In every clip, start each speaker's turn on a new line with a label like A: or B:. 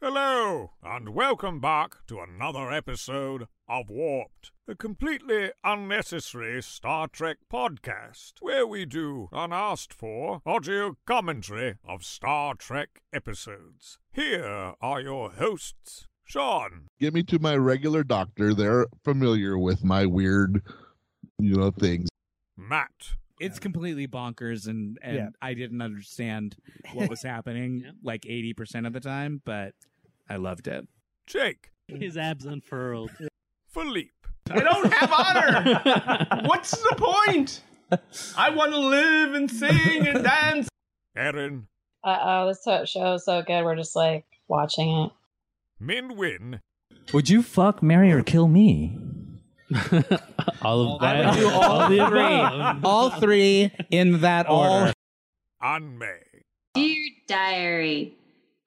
A: Hello, and welcome back to another episode of Warped, the completely unnecessary Star Trek podcast, where we do unasked for audio commentary of Star Trek episodes. Here are your hosts, Sean.
B: Get me to my regular doctor. They're familiar with my weird, you know, things.
A: Matt.
C: it's completely bonkers and and
D: Yeah.
C: i didn't understand what was happening
E: Yeah.
C: like 80% of the time but i loved it
A: Jake.
E: His abs unfurled.
A: Philippe.
F: I don't have honor. What's the point? I want to live and sing and dance.
A: Erin.
G: Uh oh, this so- show is so good. We're just like watching it.
A: Min Win.
H: Would you fuck, marry, or kill me?
E: all of
H: I
E: that.
H: would do all
E: the
H: three.
E: above.
H: All three in that order.
A: Anme.
I: Dear diary,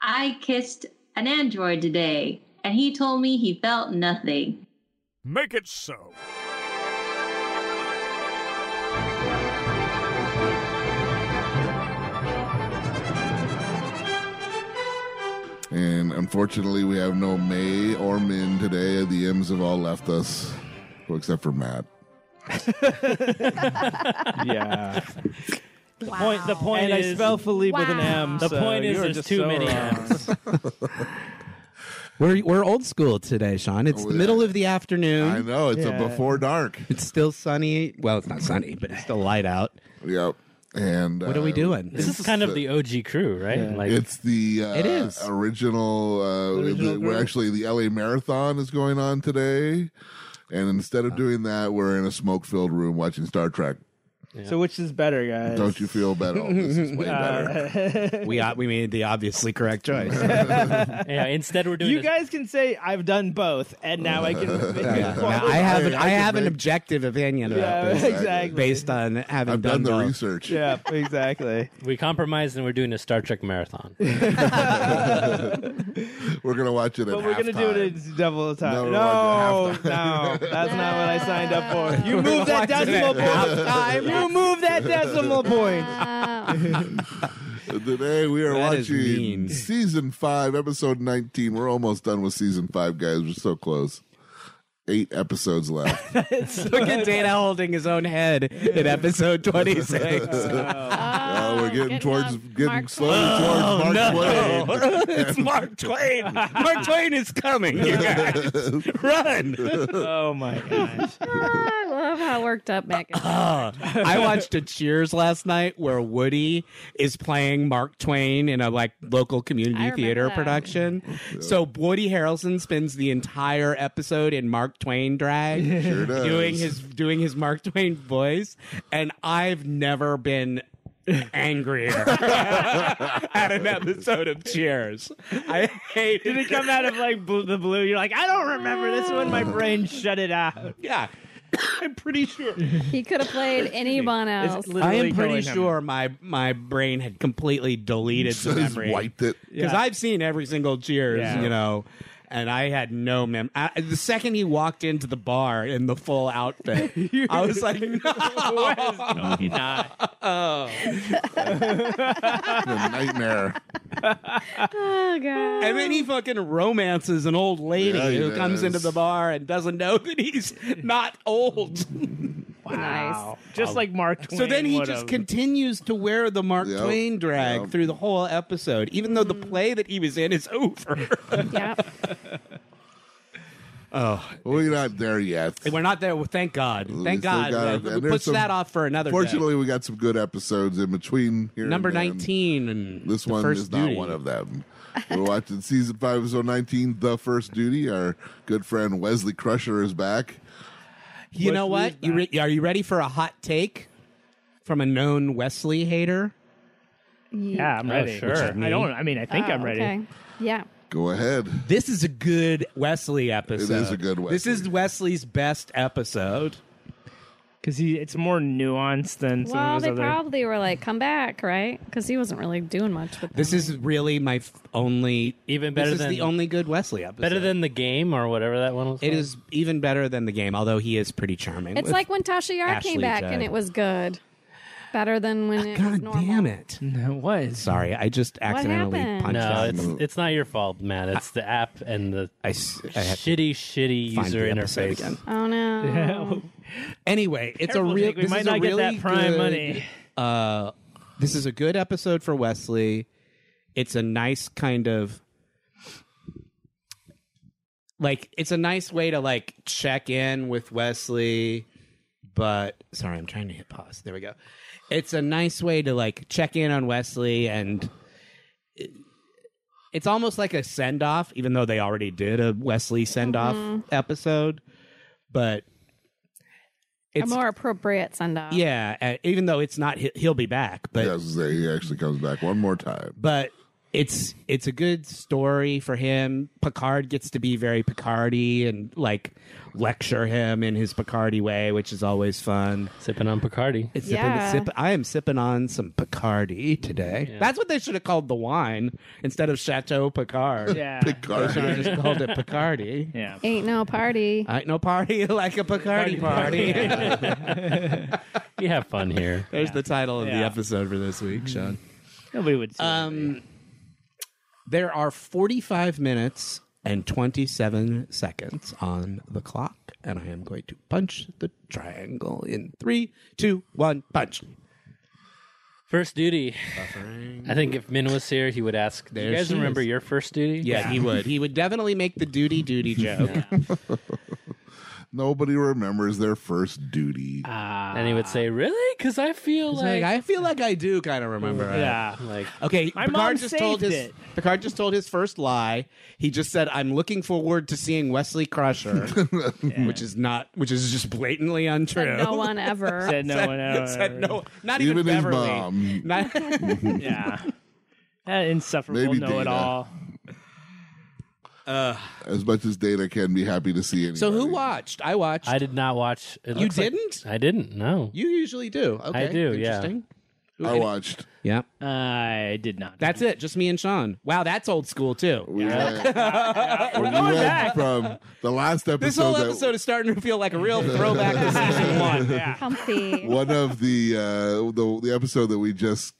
I: I kissed an android today, and he told me he felt nothing.
A: Make it so.
B: And unfortunately, we have no May or Min today. The M's have all left us, well, except for Matt.
D: yeah.
J: Wow.
E: Point, the point
D: and
E: is,
D: I spell Philippe with an
J: Wow.
D: M.
J: The
D: so
E: point is
D: you're
E: there's
D: just
E: too
D: so
E: many
D: wrong.
E: M's.
H: We're we're old school today, Sean. It's
B: Oh,
H: the
B: yeah.
H: middle of the afternoon.
B: I know it's
D: Yeah.
B: a before dark.
H: It's still sunny. Well, it's not sunny, but it's still light out.
B: Yep. And
H: What are we
B: uh,
H: doing?
E: this is
B: it's
E: kind of
B: the-
E: the OG crew, right?
D: Yeah.
E: Like
B: It's the uh,
H: It is.
B: original. Uh,
H: The original
B: the- we're
H: group.
B: actually the LA Marathon is going on today, and instead
H: Uh.
B: of doing that, we're in a smoke-filled room watching Star Trek.
D: So which is better, guys?
B: Don't you feel better? Oh, this is way better.
D: Uh,
H: we o- we made the obviously correct choice.
E: yeah, instead we're doing
D: you
E: this-
D: guys can say I've done both, and now I can. admit
B: Yeah.
D: you
H: Yeah.
D: both."
H: Now, I have an,
B: I-
H: I
B: I
H: have
B: can
H: an
B: make-
H: objective opinion
D: Yeah,
H: about this
D: exactly.
H: based on having
B: I've
H: done,
B: done the
H: both.
B: research.
D: yeah, exactly.
E: we compromised and we're doing a Star Trek marathon.
B: We're gonna watch it. At
D: But we're gonna do it
B: halftime.
D: in double time.
B: No,
D: No,
B: we're
D: no,
B: not doing
D: that's not what I signed up for. You
H: We're
D: move that
H: watching it
D: decimal
H: at
D: point. You move that decimal point.
J: Wow.
B: Today we are
H: That is
B: watching
H: mean.
B: season five, episode nineteen. We're almost done with season five, guys. We're so close. Eight episodes left.
H: Look at Dana holding his own head in episode twenty six.
B: Oh, we're getting
J: getting
B: towards
J: up.
B: getting
J: Mark
B: slowly
H: Oh,
B: towards Oh, Mark Twain.
H: it's Mark Twain. Mark Twain is coming. You guys, run!
D: Oh my gosh.
J: I love how worked up Megan.
H: I watched a Cheers last night where Woody is playing Mark Twain in a like local
J: I
H: community
J: remember
H: theater
J: that.
H: production. So Woody Harrelson spends the entire episode in Mark Twain drag,
B: Sure does.
H: doing his doing his Mark Twain voice, and I've never been angrier at an episode of Cheers. I hate
D: Did it come out of like bl- the blue? You're like, I don't remember this one. My brain shut it out.
H: Yeah. I'm pretty sure.
J: He could have played anyone
D: It's
J: else.
H: I
D: literally
H: am pretty
D: killing him.
H: sure my my brain had completely deleted the
B: Just
H: memory
B: wiped it.
H: because
D: Yeah.
H: I've seen every single Cheers,
D: Yeah.
H: you know, and I had no mem. I, the second he walked into the bar in the full outfit, I was like, no.
D: No, he's not.
B: A nightmare.
J: Oh god.
H: And then he fucking romances an old lady
B: Yeah, he
H: who comes
B: does.
H: into the bar and doesn't know that he's not old.
D: Wow. Just like Mark Twain.
H: So then he
D: would've.
H: just continues to wear the Mark
B: Yep.
H: Twain drag
B: Yep.
H: through the whole episode, even though the play that he was in is over.
J: Yep.
B: We're not there yet.
H: We're not there. Well, thank God.
B: We
H: Thank
B: still
H: God.
B: got it.
H: We
B: And there's
H: push
B: some-
H: that off for another. day.
B: Fortunately, we got some good episodes in between here.
H: number
B: and then.
H: nineteen and
B: This
H: the
B: one
H: first
B: is not
H: duty.
B: one of them. We're watching season five, episode nineteen, "The First Duty." Our good friend Wesley Crusher is back.
H: You know
D: Wesley's
H: what? You re- are you ready for a hot take from a known Wesley hater?
D: Yeah, I'm
E: Oh,
D: ready.
E: sure. Which is
D: I don't. I mean, I think
J: Oh,
D: I'm ready.
J: Okay. Yeah.
B: Go ahead.
H: This is a good Wesley episode.
B: a good
H: This
B: Wesley.
H: is Wesley's best episode.
D: Because he, it's more nuanced than some
J: Well,
D: of
J: they
D: his other.
J: probably were like, "Come back," right? Because he wasn't really doing much with
H: This
J: them.
H: is really my f- only.
E: Even
H: This
E: better
H: is
E: than
H: the only good Wesley episode.
E: better than the game or whatever that one was.
H: It
E: called.
H: is even better than the game, although he is pretty charming.
J: It's
H: with-
J: like when Tasha Yar
H: Ashley
J: came back,
H: Judd. Ah,
J: and it was good. Better than when it was
H: God
J: normal.
H: damn it.
D: What?
H: Sorry, I just accidentally
J: happened?
H: punched
E: No,
H: that.
E: it's it's not your fault, Matt. It's the app and the
H: I, s- I have to
E: shitty, shitty
H: find
E: user
H: the episode
E: interface.
H: again.
J: Oh no.
H: Anyway, it's a
D: Careful,
H: real.
D: Jake, we
H: this
D: might
H: is a
D: not get
H: really
D: that prime
H: good,
D: money.
H: Uh, this is a good episode for Wesley. It's a nice kind of like it's a nice way to like check in with Wesley. But sorry, I'm trying to hit pause. There we go. It's a nice way to like check in on Wesley and. it- It's almost like a send off, even though they already did a Wesley send off episode. But
J: A more appropriate send off.
H: yeah, uh, even though it's not, he- he'll be back. But
B: yeah, I was gonna say, he actually comes back one more time.
H: but it's it's a good story for him. Picard gets to be very Picardy and like lecture him in his Picardy way, which is always fun.
E: Sipping on Picardi.
H: It's
J: Yeah.
H: sipping, sip, I am sipping on some Picardy today. That's what they should have called the wine instead of Chateau Picard.
D: Yeah.
H: They should
B: Picard.
H: have just called it Picardy.
D: Yeah.
J: Ain't no party.
H: I ain't no party like a Picardy party.
E: We have fun here.
H: There's the title of the
D: Yeah.
H: episode for this week, Sean.
D: Nobody would see it.
H: Um, there are 45 minutes and 27 seconds on the clock, and I am going to punch the triangle in three, two, one, punch.
E: First duty. I think if Min was here, he would ask. Do you
H: There
E: guys
H: she
E: remember
H: is.
E: your first duty?
H: Yeah, he would. He would definitely make the duty duty joke.
B: Nobody remembers their first duty.
H: Uh,
E: And he would say, "Really? Because I feel
H: It's like,
E: like,
H: I feel like I do kind of remember. it.
D: yeah.
E: like
H: Okay,
D: My mom
H: Picard just told
D: saved
H: his
D: it.
H: Picard just told his first lie. He just said, "I'm looking forward to seeing Wesley Crusher," which is not, which is just blatantly untrue.
J: Said no one ever.
D: Said no one ever.
H: Said no, not even,
B: Even his
H: Beverly.
B: mom.
H: Not-
D: Yeah. That insufferable
B: Maybe
D: know it all.
B: As much as Dana can be happy to see anybody.
H: so who watched? I watched.
E: I did not watch. It
H: you
E: looks like-
H: didn't.
E: I didn't. No.
H: you usually do. Okay,
E: do, yeah.
H: Interesting.
B: I watched.
H: Yeah,
D: I did not.
H: that's it. Just me and Sean. Wow, that's old school too.
B: We went, we went from the last episode.
H: This whole
B: that-
H: episode is starting to feel like a real throwback to season one.
J: Comfy.
B: one of the uh the the episode that we just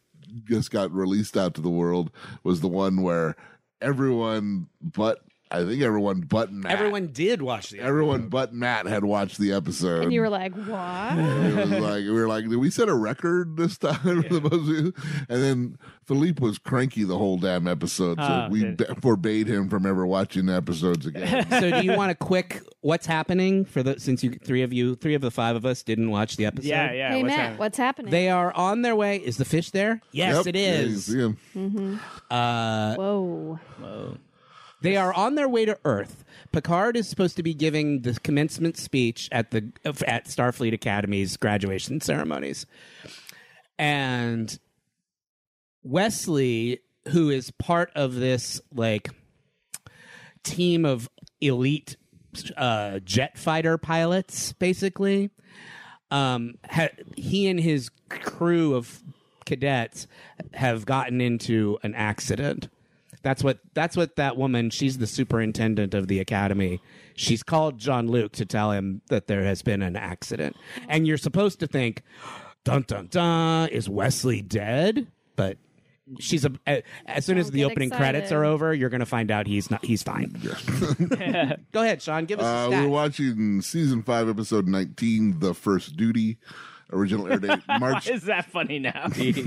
B: just got released out to the world was the one where everyone but I think everyone but Matt
H: Everyone did watch the.
B: everyone but Matt had watched the episode.
J: and you were like, what?
B: It was like we were like, did we set a record this time? for the most views?" and then Philippe was cranky the whole damn episode, so
H: Ah,
D: Oh,
B: we
D: good.
B: be- forbade him from ever watching the episodes again.
H: so do you want a quick what's happening for the since you three of you three of the five of us didn't watch the episode
D: Yeah, yeah.
J: hey,
D: what's
J: Matt,
D: happening?
J: what's happening?
H: they are on their way is the fish there yes
B: Yep.
H: it
B: Yeah, you
H: is
B: see him.
H: uh,
J: Whoa.
H: they are on their way to earth picard is supposed to be giving the commencement speech at the at starfleet academy's graduation ceremonies and wesley who is part of this like team of elite uh, jet fighter pilots, basically. Um, ha- he and his crew of cadets have gotten into an accident. That's what that's what that woman. She's the superintendent of the academy. She's called John Luke to tell him that there has been an accident, and you're supposed to think, dun dun dun, is Wesley dead? But she's a, a- as soon as the
J: get
H: opening
J: excited.
H: credits are over, you're going to find out he's not. He's fine. Go ahead, Sean. Give us
B: Uh,
H: a
B: we
H: stat.
B: were watching season five, episode nineteen, "The First Duty." Original air date March.
D: Is that funny now?
E: Because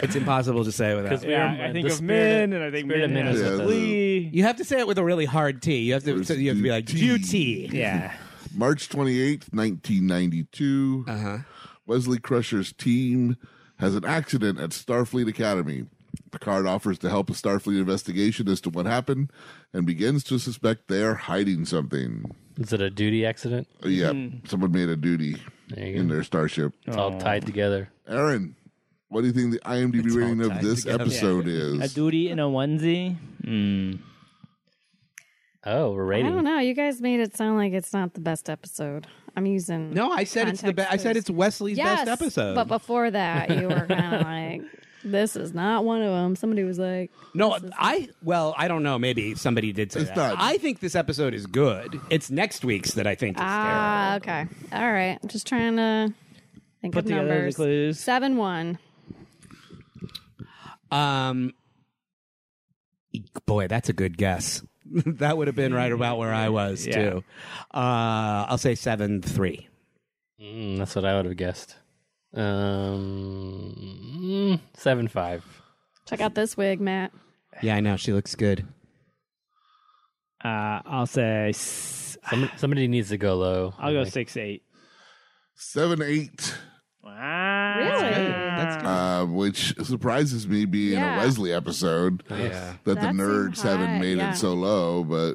H: it's impossible to say without.
E: we
D: yeah,
E: are-
D: I think
E: the
D: of
E: spirit
D: men, and I think
E: spirit of
D: men
E: men
D: has
E: is
D: a
B: with us.
D: flea.
H: You have to say it with a really hard T. You have to.
B: First
H: so you have to be like
B: duty.
H: duty.
D: Yeah.
B: March 28th, 1992,
H: Uh-huh.
B: Wesley Crusher's team has an accident at Starfleet Academy. Picard offers to help a Starfleet investigation as to what happened and begins to suspect they are hiding something.
E: is it a duty accident?
B: Oh, yeah, someone made a duty
E: There you
B: in
E: go.
B: their starship.
E: It's
D: Oh.
E: all tied together.
B: Aaron, what do you think the IMDb
H: It's all
B: rating of
H: tied
B: this
H: together.
B: episode
D: A
B: is?
D: duty and a onesie. Hmm.
E: Oh, we're
J: I
E: rating.
J: don't know. You guys made it sound like it's not the best episode. I'm using.
H: No, I said it's the best.
J: Context
H: I said
J: clues.
H: it's Wesley's
J: yes,
H: best episode.
J: But before that, you were kind of like, this is not one of them. Somebody was like,
H: no, I well, I don't know. Maybe somebody did say
B: It's
H: that.
B: not-
H: I think this episode is good. It's next week's that I think is
J: ah, okay. All right. Just trying to Think
D: Put
J: of
D: together the
J: numbers.
D: clues.
J: Seven one.
H: Um, boy, that's a good guess. that would have been right about where I was too. Uh, I'll say seven three.
E: Mm, that's what I would have guessed. Um, mm, seven five.
J: Check out this wig, Matt.
H: Yeah, I know she looks good.
D: Uh, I'll say
E: somebody, needs to go low.
D: I'll go six eight.
B: Seven eight.
D: Wow.
B: Uh, which surprises me being
D: Yeah.
B: a Wesley episode.
E: Yeah.
B: That
D: That
B: the
D: seemed
B: nerds haven't
D: high,
B: made
D: yeah.
B: it so low, but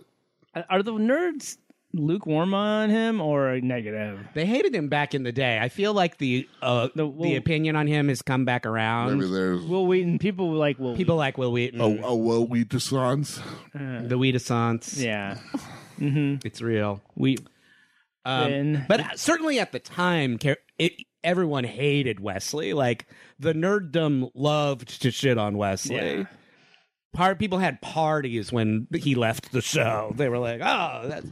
D: Are the nerds lukewarm on him or negative?
H: They hated him back in the day. I feel like the uh, the,
D: well-
H: opinion on him has come back
E: Um,
H: around.
B: maybe there's
D: Will Wheaton. People like Will.
H: People like Will Wheaton,
B: oh, oh well, we dissonance.
D: Wheaton.
H: the Wheatisons.
D: uh, yeah. Mm-hmm.
H: It's real.
D: We.
H: Um,
D: Then-
H: but certainly at the time, Car- it, everyone hated Wesley. Like the nerddom loved to shit on Wesley.
D: Yeah.
H: Part people had parties when he left the show. They were like, "Oh, that's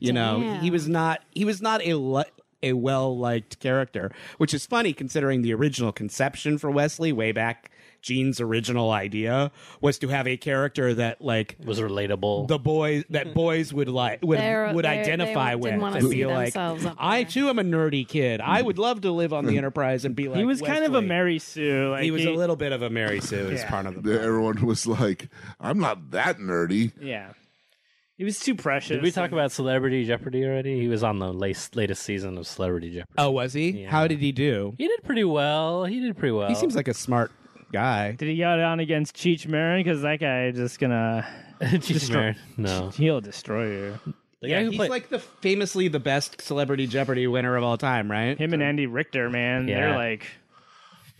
H: you know, he
J: Damn.
H: was not he was not a li- a well liked character," which is funny considering the original conception for Wesley way back. Gene's original idea was to have a character that like
E: Was relatable.
H: the boys that boys would like would
J: They're-
H: would
J: they're- they
H: identify
J: didn't
H: with
J: wanna
H: and
J: see
H: be like,
J: themselves up
H: I too am a nerdy kid. I would love to live on the Enterprise and be like.
D: he was kind of a
H: Wesley."
D: Mary Sue. Like
H: he was a little bit of a Mary Sue as part of the.
B: That Everyone was like, "I'm not that nerdy."
D: Yeah. He was too precious.
E: Did we talk about Celebrity Jeopardy already? He was on the latest, latest season of Celebrity Jeopardy.
H: Oh, was he? How did he do?
E: He did pretty well. He did pretty well.
H: He seems like a smart guy.
D: Did he go down against Cheech Marin? Because that guy is just gonna
E: Cheech
D: destroy-
E: Marin. No.
D: he'll destroy you.
E: The
H: Yeah,
E: guy who
H: he's
E: played-
H: like the famously the best Celebrity Jeopardy winner of all time, right?
D: Him and Andy Richter, man,
E: Yeah.
D: they're like,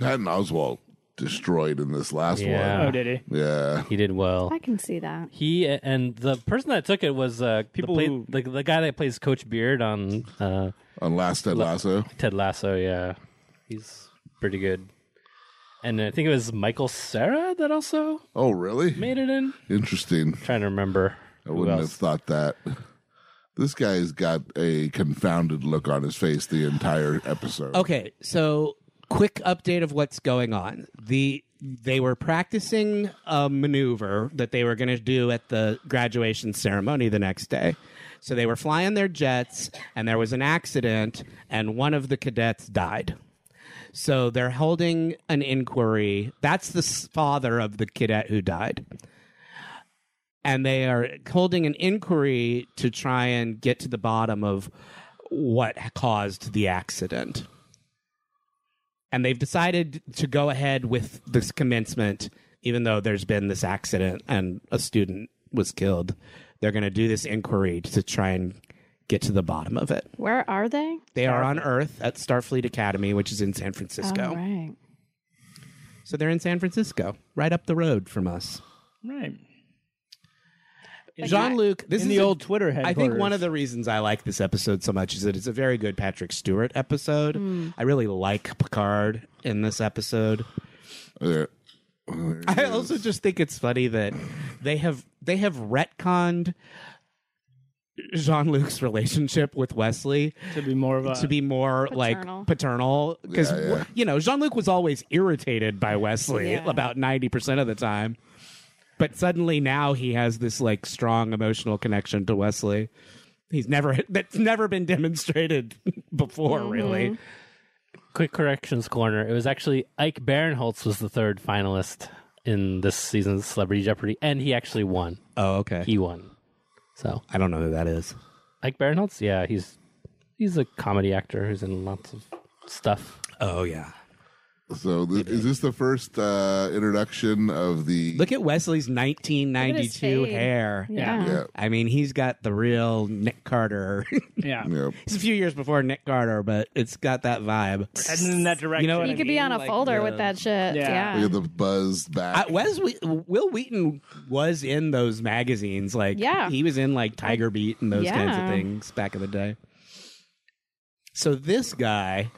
B: Patton Oswald destroyed in this last
E: Yeah.
D: oh, did he?
B: one. Yeah,
E: he did well.
J: I can see that.
E: He and the person that took it was uh,
D: People
E: the, play-
D: who-
E: the, the guy that plays Coach Beard on uh,
B: on last Ted Lasso.
E: Ted Lasso. Yeah, he's pretty good. And I think it was Michael Sarah that also
B: Oh, really?
E: made it in.
B: Interesting.
E: trying to remember.
B: I
E: who
B: wouldn't have
E: else.
B: thought that. This guy's got a confounded look on his face the entire episode.
E: Oh.
H: Okay, so quick update of what's going on. The they were practicing a maneuver that they were going to do at the graduation ceremony the next day. So they were flying their jets and there was an accident and one of the cadets died. So they're holding an inquiry. That's the s- father of the cadet who died. And they are holding an inquiry to try and get to the bottom of what caused the accident. And they've decided to go ahead with this commencement, even though there's been this accident and a student was killed. They're going to do this inquiry to try and get to the bottom of it.
J: Where are they?
H: They are on Earth at Starfleet Academy, which is in San Francisco.
D: Oh,
J: All right.
H: So they're in San Francisco, right up the road from us.
D: Right.
H: Jean Luc, this
D: in
H: is
D: the
H: a-
D: old Twitter
H: I
D: headquarters.
H: think one of the reasons I like this episode so much is that it's a very good Patrick Stewart episode.
D: Hmm.
H: I really like Picard in this episode.
B: There- there
H: I
B: he
H: also
B: is.
H: just think it's funny that they have they have retconned Jean Luc's relationship with Wesley
D: to be more of a
H: to be more
J: Paternal.
H: like paternal because
B: Yeah, yeah.
H: you know Jean Luc was always irritated by Wesley
J: Yeah.
H: about ninety percent of the time, but suddenly now he has this like strong emotional connection to Wesley. He's never that's never been demonstrated before,
J: Mm-hmm.
H: really.
E: Quick corrections corner. It was actually Ike Barinholtz was the third finalist in this season's Celebrity Jeopardy, and he actually won.
H: Oh, okay.
E: He won. So
H: I don't know who that is.
E: Ike Barinholtz, yeah, he's he's a comedy actor who's in lots of stuff.
H: Oh yeah.
B: So th- is this the first uh, introduction of the?
H: Look at Wesley's 1992
J: Look at his fade.
H: hair.
J: Yeah.
B: yeah,
H: I mean, he's got the real Nick Carter.
D: yeah,
B: yeah.
H: it's a few years before Nick Carter, but it's got that vibe.
D: heading in that direction.
H: what
J: You
H: I
J: could
H: mean,
J: be on a
H: like
J: folder
H: the-
J: with that shit.
D: Yeah.
J: Yeah.
B: Look at the buzz
H: Uh,
B: back.
H: Wes Whe- Will Wheaton was in those magazines. Like,
J: Yeah.
H: he was in like Tiger Beat and those kinds of
J: Yeah.
H: things back in the day. So this guy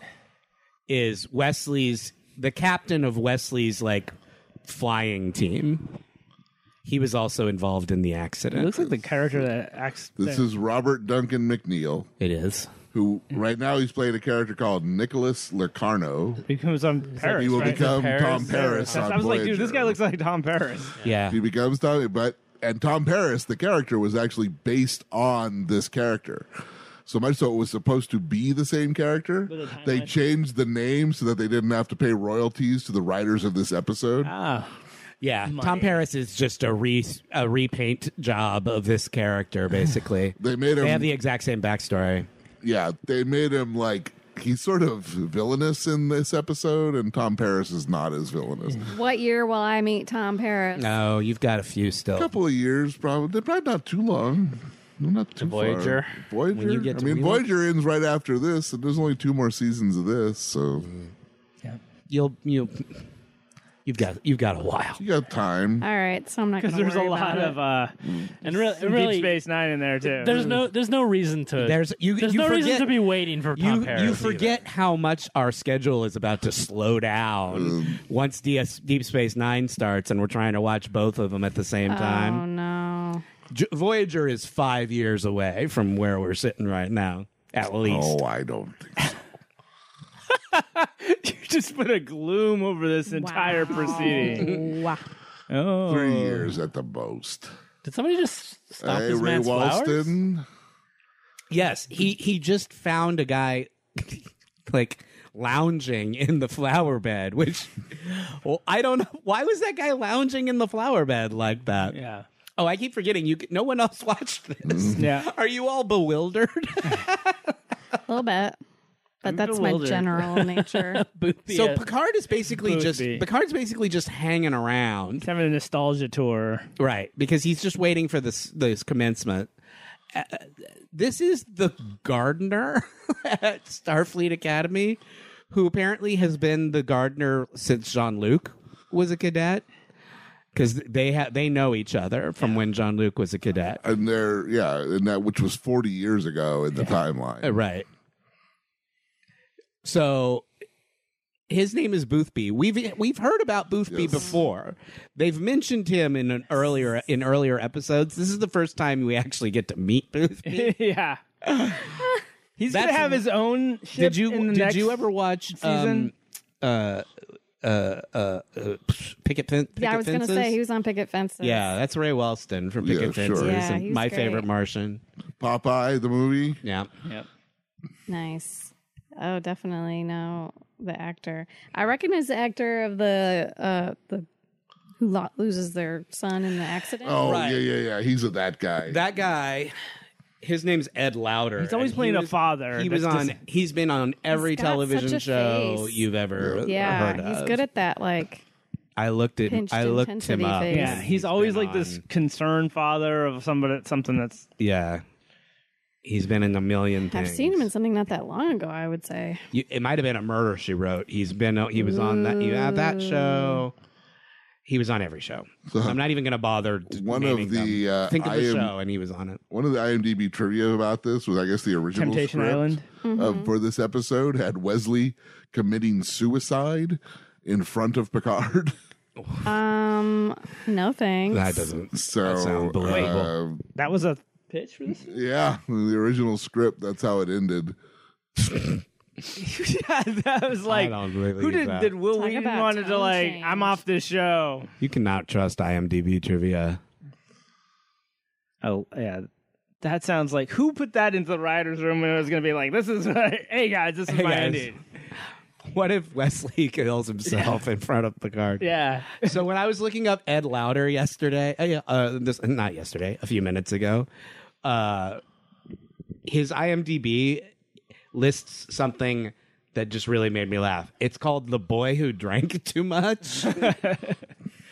H: is Wesley's, the captain of Wesley's like flying team. He was also involved in the
D: It
H: accident.
D: looks like the character that acts.
B: this is Robert Duncan McNeil.
H: It is.
B: who right now he's playing a character called Nicholas Locarno.
D: Becomes on Paris.
B: he will
D: right?
B: become Tom Paris.
D: That's-
B: on
D: I was like, dude,
B: Voyager.
D: this guy looks like Tom Paris.
H: Yeah.
B: He becomes Tom, but and Tom Paris, the character, was actually based on this character. So much so it was supposed to be the same character. They changed the name so that they didn't have to pay royalties to the writers of this episode.
D: Ah.
H: Yeah, Tom Paris is just a re a repaint job of this character, basically.
B: They made him
H: they have the exact same backstory.
B: Yeah, they made him like he's sort of villainous in this episode, and Tom Paris is not as villainous.
J: What year will I meet Tom Paris?
H: No, Oh, you've got a few still.
B: A couple of years, probably. Probably not too long. Not too
E: Voyager.
B: Far. Voyager.
H: When you get
B: I
H: to
B: mean,
H: relook-
B: Voyager ends right after this, and there's only two more seasons of this, so
H: You'll you you've got you've got a while.
B: you got time.
J: All right, so I'm not
D: Because
J: going to
D: there's a lot of uh,
E: And really,
D: some
E: really
D: Deep Space Nine in there too.
E: there's no there's no reason to
H: There's you
E: there's
H: you
E: no
H: forget,
E: reason to be waiting for Tom
H: you,
E: Paris.
H: you
E: either.
H: forget how much our schedule is about to slow down once DS, Deep Space Nine starts, and we're trying to watch both of them at the same
J: Oh
H: time.
J: no.
H: J- Voyager is five years away from where we're sitting right now, at least.
B: Oh, I don't. Think so.
D: you just put a gloom over this entire
H: Oh.
D: proceeding.
J: Wow.
D: Oh,
B: Three years at the most.
E: Did somebody just stop
B: Hey,
E: this
B: Ray
E: man's flowers?
B: Walston.
H: Yes, he he just found a guy like lounging in the flower bed, which well, I don't know why was that guy lounging in the flower bed like that.
D: Yeah. Mm-hmm.
H: Oh, I keep forgetting you. No one else watched this.
D: Yeah.
H: Are you all bewildered?
J: A little bit. But that's my
D: bewildered.
J: general nature.
E: Boopy
H: So
E: at-
H: Picard is basically
D: Could
H: just
D: be.
H: Picard's basically just hanging around,
D: He's having a nostalgia tour.
H: right? Because he's just waiting for this this commencement. Uh, this is the gardener at Starfleet Academy, who apparently has been the gardener since Jean Luc was a cadet, because they ha- they know each other from when Jean Luc was a cadet,
B: And there, yeah, and that which was 40 years ago in the timeline.
H: Uh, right? So his name is Boothby. We've we've heard about Boothby
B: Yes.
H: before. They've mentioned him in an earlier in earlier episodes. This is the first time we actually get to meet Boothby.
D: yeah. He's
H: That's-
D: gonna have his own. Ship
H: did you
D: In the
H: did
D: next-
H: you ever watch
D: season?
H: Um, uh, uh, uh, uh, picket fence. Picket
J: yeah, I was going to
H: Fences?
J: say he was on picket fences.
H: Yeah, that's Ray Wellston from
B: Yeah,
H: Picket
B: sure.
H: Fences,
J: Yeah,
H: and
J: he's
H: my
J: great.
H: favorite Martian.
B: Popeye the movie.
H: Yeah,
D: Yep.
J: Nice. Oh, definitely no the actor. I recognize the actor of the uh the who lo- loses their son in the accident.
B: Oh
H: Right.
B: yeah, yeah, yeah. He's a that guy.
H: that guy. His name's Ed Lauder.
D: He's always
H: and he
D: playing a
H: was-
D: father.
H: He
D: that's
H: was on.
D: just-
H: He's been on every
J: He's got such
H: television
J: a
H: show
J: face.
H: you've ever heard
J: yeah,
H: of.
J: he's good at that. Like
H: I looked at.
J: pinched
H: I looked him
J: intensity
H: up.
J: face.
D: Yeah,
J: He's
D: he's, always
H: been
D: like this
H: on-
D: concerned father of somebody, something that's
H: Yeah, he's been in a million
J: I've
H: things.
J: seen him in something not that long ago. I would say.
H: You, it might have been a murder she wrote. He's been. He was on that. You had
J: Mm.
H: that show. He was on every show.
B: So-
H: I'm not even going to bother. t-
B: One of
H: naming
B: the,
H: them.
B: uh,
H: think of
B: I
H: the
B: am-
H: show, and he was on it.
B: One of the IMDb trivia about this was, I guess, the original
D: Temptation
B: script
D: Island.
B: of, for this episode had Wesley committing suicide in front of Picard.
J: Um, no thanks.
H: That doesn't.
B: so,
H: sounds
B: uh,
H: believable.
D: That was a pitch for this.
B: yeah, the original script. That's how it ended.
D: yeah, that was like
H: don't believe
D: who did
H: that.
D: did Will
J: Talk
D: Wheaton
J: about
D: wanted to
J: tone
D: like
J: change.
D: I'm off this show.
H: You cannot trust IMDb trivia.
D: Oh yeah, that sounds like who put that into the writers' room when it was gonna be like this is hey guys this is
H: Hey,
D: my
H: guys.
D: ending.
H: What if Wesley kills himself in front of Picard?
D: Yeah,
H: so when I was looking up Ed Lauder yesterday, uh, yeah, uh, this not yesterday, a few minutes ago, uh, his IMDb lists something that just really made me laugh. It's called "The Boy Who Drank Too Much."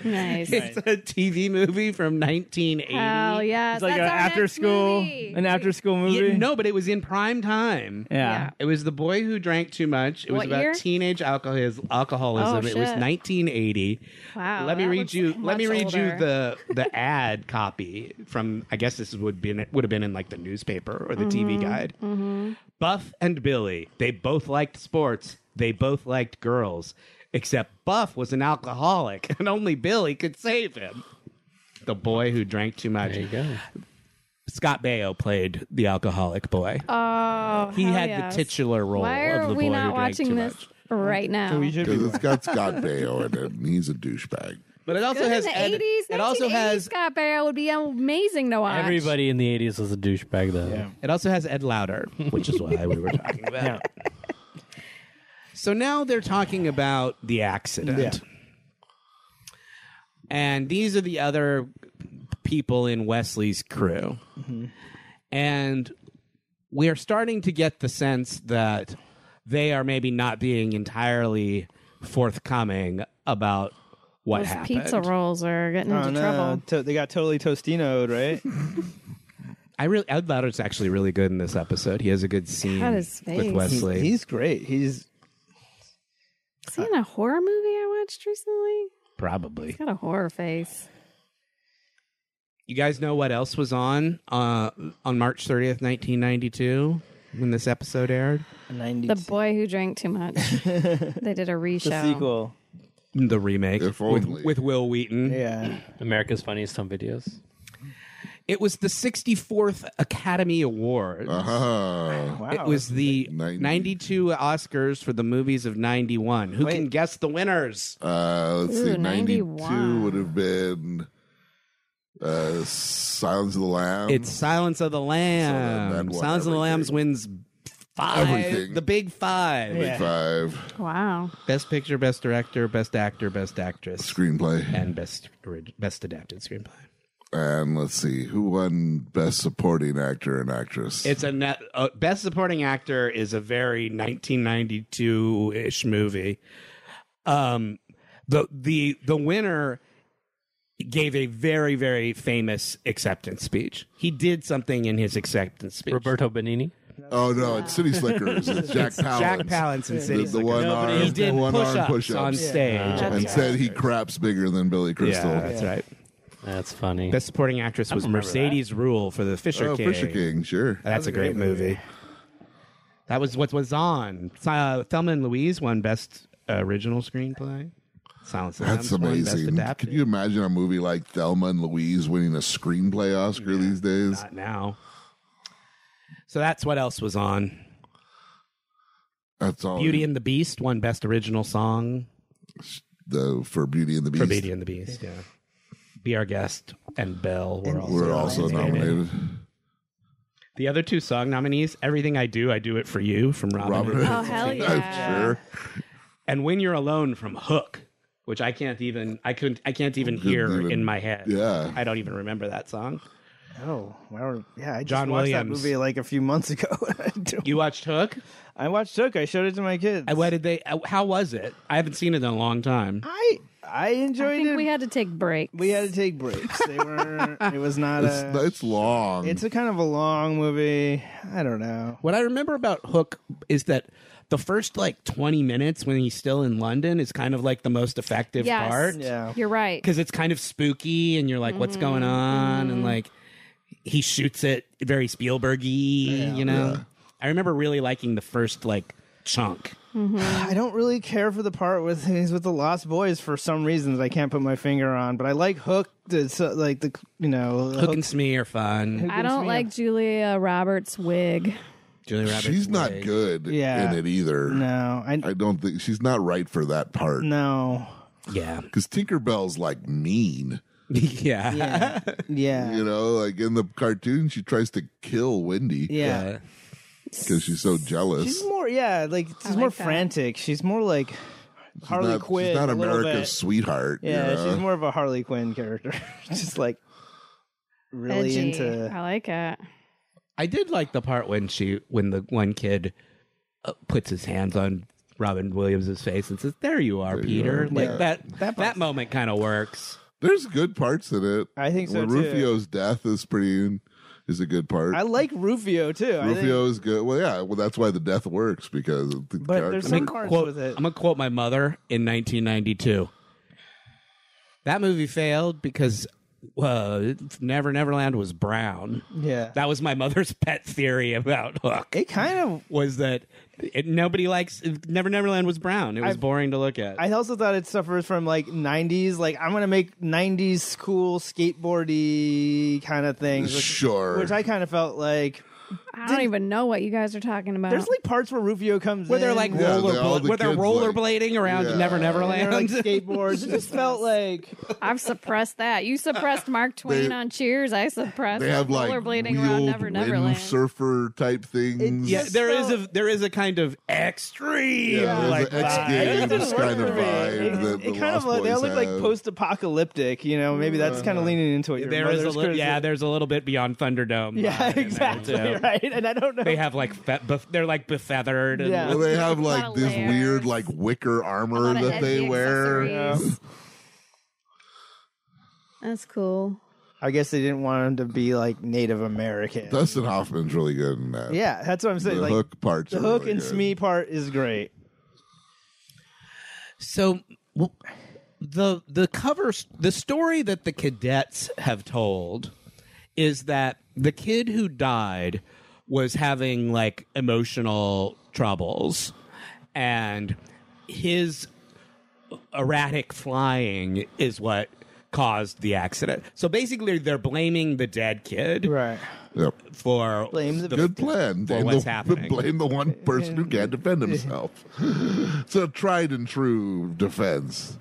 J: Nice.
H: it's a TV movie from 1980.
J: Oh yeah,
D: it's like an
J: that's our
D: after
J: next
D: school
J: movie.
D: an after school movie.
H: Yeah, no, but it was in prime time.
D: yeah.
H: It was the boy who drank too much. It was
J: What
H: about
J: year?
H: teenage alcoholis- alcoholism.
J: Oh,
H: it was
J: shit.
H: 1980.
J: Wow,
H: let me
J: Oh, that
H: read
J: looks
H: you. Let me
J: much
H: read you
J: older.
H: the the ad copy from. I guess this would be would have been in like the newspaper or the
J: Mm-hmm,
H: TV guide. Buff and Billy. They both liked sports. They both liked girls. Except Buff was an alcoholic, and only Billy could save him. The boy who drank too much.
E: There you go.
H: Scott Baio played the alcoholic boy.
J: Oh,
H: he
J: hell
H: had
J: yes.
H: the titular role
J: Why are
H: of the
J: we
H: boy who
J: not
H: drank too
J: watching this
H: much.
J: right now?
B: Because it's got Scott Baio in it, and he's a douchebag.
H: But it also
J: Good
H: has
J: in the
H: Ed-
J: 80s.
H: it also
J: 1980s
H: has
J: Scott Barrow would be amazing to watch.
E: Everybody in the 80s was a douchebag, though.
H: It also has Ed Louder, which is why we were talking about. it. So now they're talking about the accident. And these are the other people in Wesley's crew. And we are starting to get the sense that they are maybe not being entirely forthcoming about what
J: Those
H: happened.
J: pizza rolls are getting
K: Oh,
J: into trouble.
K: To- they got totally tostinoed, right?
H: I really Ed Louder's actually really good in this episode. He has a good scene
J: God, his
H: with
J: face.
H: Wesley.
K: He- he's great. He's
J: Is he in a horror movie I watched recently?
H: probably.
J: He's got a horror face.
H: You guys know what else was on uh, on March 30th, 1992, when this episode aired?
K: ninety.
J: The boy who drank too much. they did a
K: the
J: reshow.
K: sequel.
H: The remake
B: If
H: with,
B: only.
H: with Will Wheaton.
K: Yeah.
E: America's Funniest Home Videos.
H: It was the 64th Academy Awards.
B: Uh-huh.
K: Wow.
H: It was the
B: Ninety.
H: 92 Oscars for the movies of 91. Who can
K: Wait.
H: guess the winners?
B: Uh, let's see,
J: Ooh,
B: 92
J: 91.
B: would have been uh, Silence of the Lambs.
H: It's Silence of the
B: that
H: Lambs.
B: won
H: Silence of the
B: everything.
H: Lambs wins five.
B: Everything.
H: The big five.
B: Big Five
J: Wow.
H: Best picture, best director, best actor, best actress.
B: screenplay.
H: and best orig- best adapted screenplay.
B: And let's see, who won Best Supporting Actor and Actress?
H: It's a net, uh, best supporting actor is a very 1992 ish movie. Um, the the the winner gave a very very famous acceptance speech. He did something in his acceptance speech.
E: Roberto Benini.
B: oh no, it's City Slickers. It's Jack Palance.
H: Jack Palance
B: The,
H: and
B: the one arm,
H: He did
B: the one arm
H: push-ups
B: push-ups
H: on stage.
J: Yeah.
B: and said he craps bigger than Billy Crystal.
H: Yeah, that's right.
E: That's funny.
H: Best supporting actress was
E: remember that.
H: Mercedes Rule for the Fisher
B: oh,
H: King.
B: Fisher King, sure.
H: That's a great movie. That was what was on. Uh, Thelma and Louise won best original screenplay. Silence of the
B: That's
H: Lambs won Best
B: amazing.
H: adapted.
B: Can you imagine a movie like Thelma and Louise winning a screenplay Oscar these days?
H: Not now. So that's what else was on.
B: That's all.
H: Beauty and the Beast won best original song
B: the for Beauty and the Beast.
H: for Beauty and the Beast. Yeah. Be our guest and Belle were also,
B: We're also nominated.
H: The other two song nominees: "Everything I Do, I Do It for You" from Robin,
B: Robin.
H: Hood,
J: Oh hell yeah.
B: sure.
H: and "When You're Alone" from Hook, which I can't even I couldn't I can't even hear
B: even-
H: in my head.
B: Yeah.
H: I don't even remember that song.
K: Oh, wow. Yeah, I just
H: John
K: watched that
H: Williams.
K: movie like a few months ago. I don't-
H: You watched Hook?
K: I watched Hook. I showed it to my kids.
H: And Why did they? uh, How was it? I haven't seen it in a long time.
K: I I
J: I
K: enjoyed
J: think
K: it.
J: we had to take breaks.
K: We had to take breaks. They were. it was not
B: It's,
K: a.
B: it's long.
K: It's a kind of a long movie. I don't know.
H: What I remember about Hook is that the first like twenty minutes when he's still in London is kind of like the most effective
J: Yes.
H: part
K: Yeah.
J: You're right.
H: because it's kind of spooky and you're like, what's going on? And like he shoots it very Spielbergy, you know. I remember really liking the first like chunk.
K: I don't really care for the part with he's with the Lost Boys for some reason that I can't put my finger on, but I like Hook. The, so, like the you know
H: Hook and Smee are fun.
J: I don't like Julia Roberts' wig.
H: Julie Roberts.
B: she's not
H: wig.
B: good
K: Yeah.
B: in it either.
K: No, I,
B: I don't think she's not right for that part.
K: no.
H: Yeah.
B: Because Tinkerbell's like mean.
H: yeah. Yeah.
K: Yeah.
B: You know, like in the cartoon, she tries to kill Wendy
K: yeah.
B: because she's so jealous.
K: She's more yeah, like she's
J: like
K: more
J: that.
K: frantic. She's more like
B: She's
K: Harley
B: not,
K: Quinn.
B: She's not
K: a little
B: America's
K: bit.
B: sweetheart. you
K: Yeah,
B: know?
K: she's more of a Harley Quinn character. Just like really
J: Edgy.
K: into
J: I like it.
H: I did like the part when she when the one kid uh, puts his hands on Robin Williams's face and says, "There you are, Peter." Like that that moment kind of works.
B: There's good parts in it.
K: I think so,
B: When
K: too.
B: Rufio's death is pretty is a good part.
K: I like Rufio too. I think-
B: Rufio is good. Well, yeah. Well, that's why the death works because the
K: but
B: character-
K: there's some parts
H: Quote,
K: with it.
H: I'm gonna quote my mother in 1992. That movie failed because uh, Never Neverland was brown.
K: Yeah.
H: That was my mother's pet theory about Hook.
K: It kind of
H: was that it, nobody likes Never Neverland was brown. It was
K: I've-
H: boring to look at.
K: I also thought it suffers from like '90s. Like I'm gonna make '90s cool skateboardy kind of things. Which,
B: Sure.
K: Which I kind of felt like
J: I don't even know what you guys are talking about.
K: there's like parts where Rufio comes
H: where they're
K: in,
H: like
B: Yeah,
H: roller,
B: they- all the
H: where they're
B: kids
H: rollerblading around
B: Yeah.
H: Never
K: they're like
H: Neverland.
K: skateboards. It just felt like
J: I've suppressed that. You suppressed Mark Twain on Cheers. I suppressed
B: They have like
J: rollerblading around
B: wheeled
J: Never
B: wind
J: Neverland.
B: surfer type things.
H: yeah, there is a there is a kind of extreme
B: Yeah, there's
H: like
B: an X
H: vibe.
B: Games
K: It didn't work
B: kind of
K: for me.
B: vibe
K: It-
B: that
K: it
B: the
K: kind of
B: Lost
K: look- they all
B: Boys
K: look like
B: have.
K: post-apocalyptic. You know, maybe that's kind of leaning into it. Your
H: There is a
K: mother's
H: little, yeah,
K: criticism-
H: there's a little bit beyond Thunderdome. vibe in
K: yeah,
H: there,
K: exactly
H: too.
K: right. And I don't know.
H: They have like fe- bef- they're like befeathered. And
K: Yeah.
B: Well, they have
J: lot
B: like
J: of
B: this
J: layers.
B: weird like wicker armor
J: lot of
B: that they
J: edgy
B: wear.
J: accessories. That's cool.
K: I guess they didn't want him to be like Native American.
B: Dustin Hoffman's really good in that.
K: yeah, that's what I'm saying.
B: the
K: like
B: hook parts.
K: the
B: are
K: hook
B: really
K: and
B: good.
K: Smee part is great.
H: So w the the cover s- the story that the cadets have told is that the kid who died was having like emotional troubles and his erratic flying is what caused the accident. So basically they're blaming the dead kid
K: Right.
B: Yep.
H: for
K: Blame the
B: Good plan.
H: for
B: Blame
H: what's
B: the,
H: happening.
B: Blame the one person who can't defend himself. it's a tried and true defense.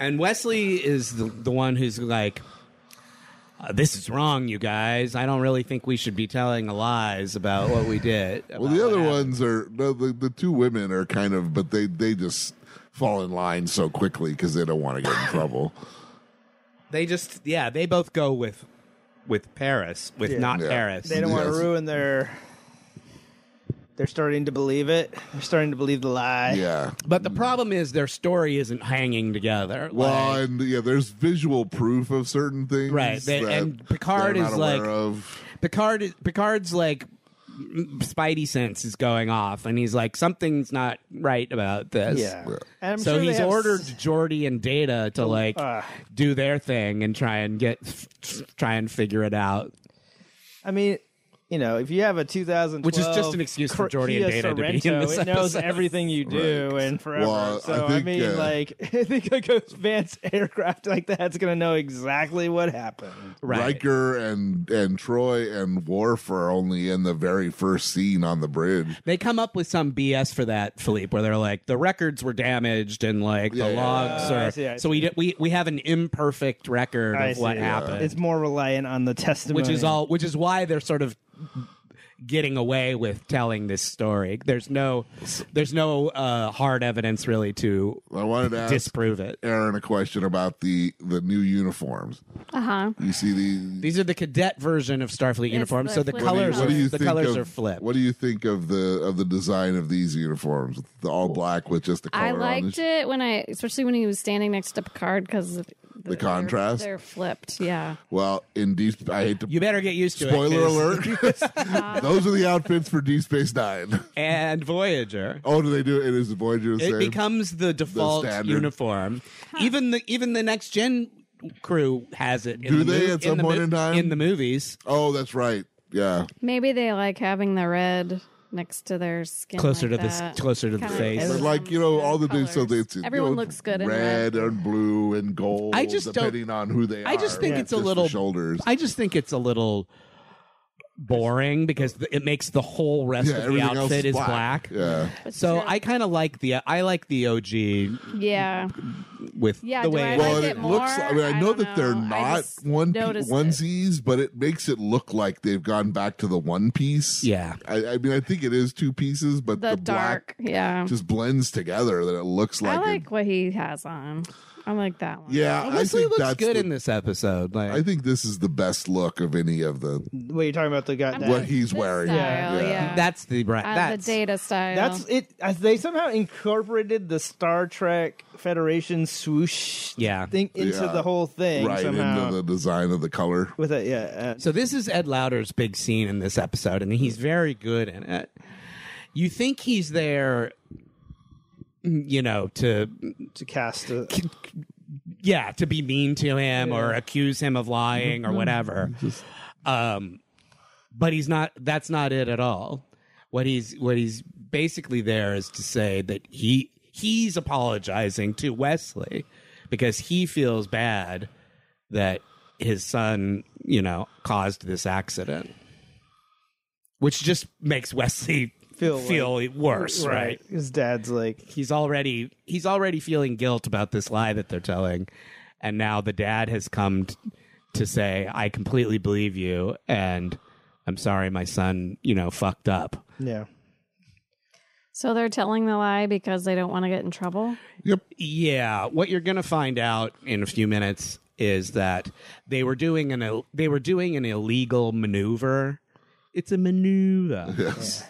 H: And Wesley is the, the one who's like, uh, this is wrong, you guys. I don't really think we should be telling lies about what we did.
B: Well, the other ones are no, the the two women are kind of, but they they just fall in line so quickly because they don't want to get in trouble.
H: they just, yeah, they both go with with Paris, with
K: Yeah.
H: not
B: Yeah.
H: Paris.
K: They don't want to
B: Yes.
K: ruin their. They're starting to believe it. They're starting to believe the lie.
B: Yeah.
H: But the problem is their story isn't hanging together.
B: Well,
H: Like,
B: and yeah, there's visual proof of certain things,
H: Right, they-
B: that
H: and Picard
B: they're
H: is
B: not aware
H: like-
B: of.
H: Picard, is- Picard's like Spidey sense is going off, and he's like, something's not right about this.
K: Yeah. And I'm
H: so
K: sure they
H: he's
K: have s-
H: ordered Jordy and Data to like
K: Ah.
H: do their thing and try and get try and figure it out,
K: I mean, you know, if you have a 2012,
H: Which is just an excuse for
K: Cor-
H: Jordy and
K: Kia
H: Data to be in
K: Sorento,
H: this
K: It knows
H: episode.
K: everything you do and forever.
B: Well,
K: so
B: I
K: I,
B: think,
K: mean,
B: uh,
K: like, I think a ghost Vance aircraft like that's gonna know exactly what happened.
H: right?
B: Riker and and Troy and Worf are only in the very first scene on the bridge.
H: They come up with some BS for that, Philippe, where they're like the records were damaged and like
B: Yeah,
H: the
B: yeah,
H: logs
K: yeah. Oh, I
H: are.
K: see, I
H: so we, d- we we have an imperfect record
K: I
H: of what
K: see.
H: happened,
K: It's more reliant on the testimony,
H: which is all, which is why they're sort of getting away with telling this story. There's no there's no uh, hard evidence really to
B: I wanted to ask
H: disprove it.
B: Aaron a question about the the new uniforms.
J: Uh huh.
B: You see the
H: These are the cadet version of Starfleet uniforms,
J: the
H: so the
J: flip
H: colors
J: What do you
H: are, the colors
B: of,
H: are flipped.
B: What do you think of the of the design of these uniforms? The all black with just the color
J: I
B: on
J: liked
B: the,
J: it when I, especially when he was standing next to Picard because the, they're-
B: contrast?
J: They're flipped. Yeah.
B: Well, in deep I hate to
H: You better get used to it.
B: spoiler
H: 'cause-
B: alert. Those are the outfits for Deep Space Nine.
H: And Voyager.
B: Oh, do they do it? It is the Voyager the
H: It
B: same?
H: becomes the default
B: standard.
H: uniform. Even the even the next gen crew has it. In
B: Do
H: the
B: they
H: mov-
B: at some
H: the
B: point
H: mov-
B: in time?
H: in the movies
B: oh, that's right. Yeah.
J: Maybe they like having the red next to their skin.
H: Closer
J: like
H: to the s-
J: that.
H: closer to the
J: Kinda
H: face.
J: gives
B: But
H: Those
J: them
B: like you know,
J: good
B: all the things. So
J: colors.
B: it's you
J: everyone
B: know,
J: looks good in
B: red
J: red.
B: and blue and gold.
H: I just don't-
B: depending on who they are.
H: I just think
B: not
H: it's a
B: just the
H: little-
B: shoulders.
H: I just think it's a little boring because th- it makes the whole rest
B: yeah,
H: of the
B: everything else
H: outfit
B: is
H: is black.
B: Yeah,
H: So
J: Sure.
H: I kind of like the I like the OG
J: Yeah.
H: with
J: Yeah,
H: the
J: do
H: way
J: I
B: well,
J: like
B: and
J: it
B: it looks. I mean,
J: more?
B: I
J: I
B: know
J: don't
B: that they're
J: know. I
B: not
J: just
B: one pe-
J: noticed it.
B: onesies, but it makes it look like they've gone back to the one piece.
H: yeah.
B: I, I mean, I think it is two pieces, but the,
J: The, dark.
B: black
J: Yeah.
B: just blends together. That it looks like.
J: I
B: it-
J: like what he has on. I like that one.
B: yeah, I
H: Wesley
B: think
H: looks
B: that's
H: good
B: the-
H: in this episode. Like
B: I think this is the best look of any of the
K: What you're talking about, the guy.
J: I'm
K: that-
B: what he's
J: This
B: wearing.
J: style, yeah.
H: that's the right.
J: Uh,
H: That's
J: the data style.
K: That's it. as They somehow incorporated the Star Trek Federation swoosh
H: Yeah.
K: thing into
B: Yeah.
K: the whole thing
B: Right
K: somehow.
B: into the design of the color.
K: With it, yeah. Uh,
H: So this is Ed Lauder's big scene in this episode, and he's very good in it. You think he's there, you know, to
K: to cast a,
H: yeah, to be mean to him or
C: Yeah.
H: accuse him of lying or
C: No,
H: whatever.
B: Just-
H: Um, but he's not. That's not it at all. What he's what he's basically there is to say that he he's apologizing to Wesley because he feels bad that his son, you know, caused this accident, which just makes Wesley feel feel worse, right?
K: His dad's like
H: he's already he's already feeling guilt about this lie that they're telling and now the dad has come t- to say i completely believe you and i'm sorry my son you know fucked up
K: Yeah.
J: So they're telling the lie because they don't want to get in trouble.
B: Yep.
H: Yeah. What you're gonna find out in a few minutes is that they were doing an Ill- they were doing an illegal maneuver. It's a maneuver.
B: Yes.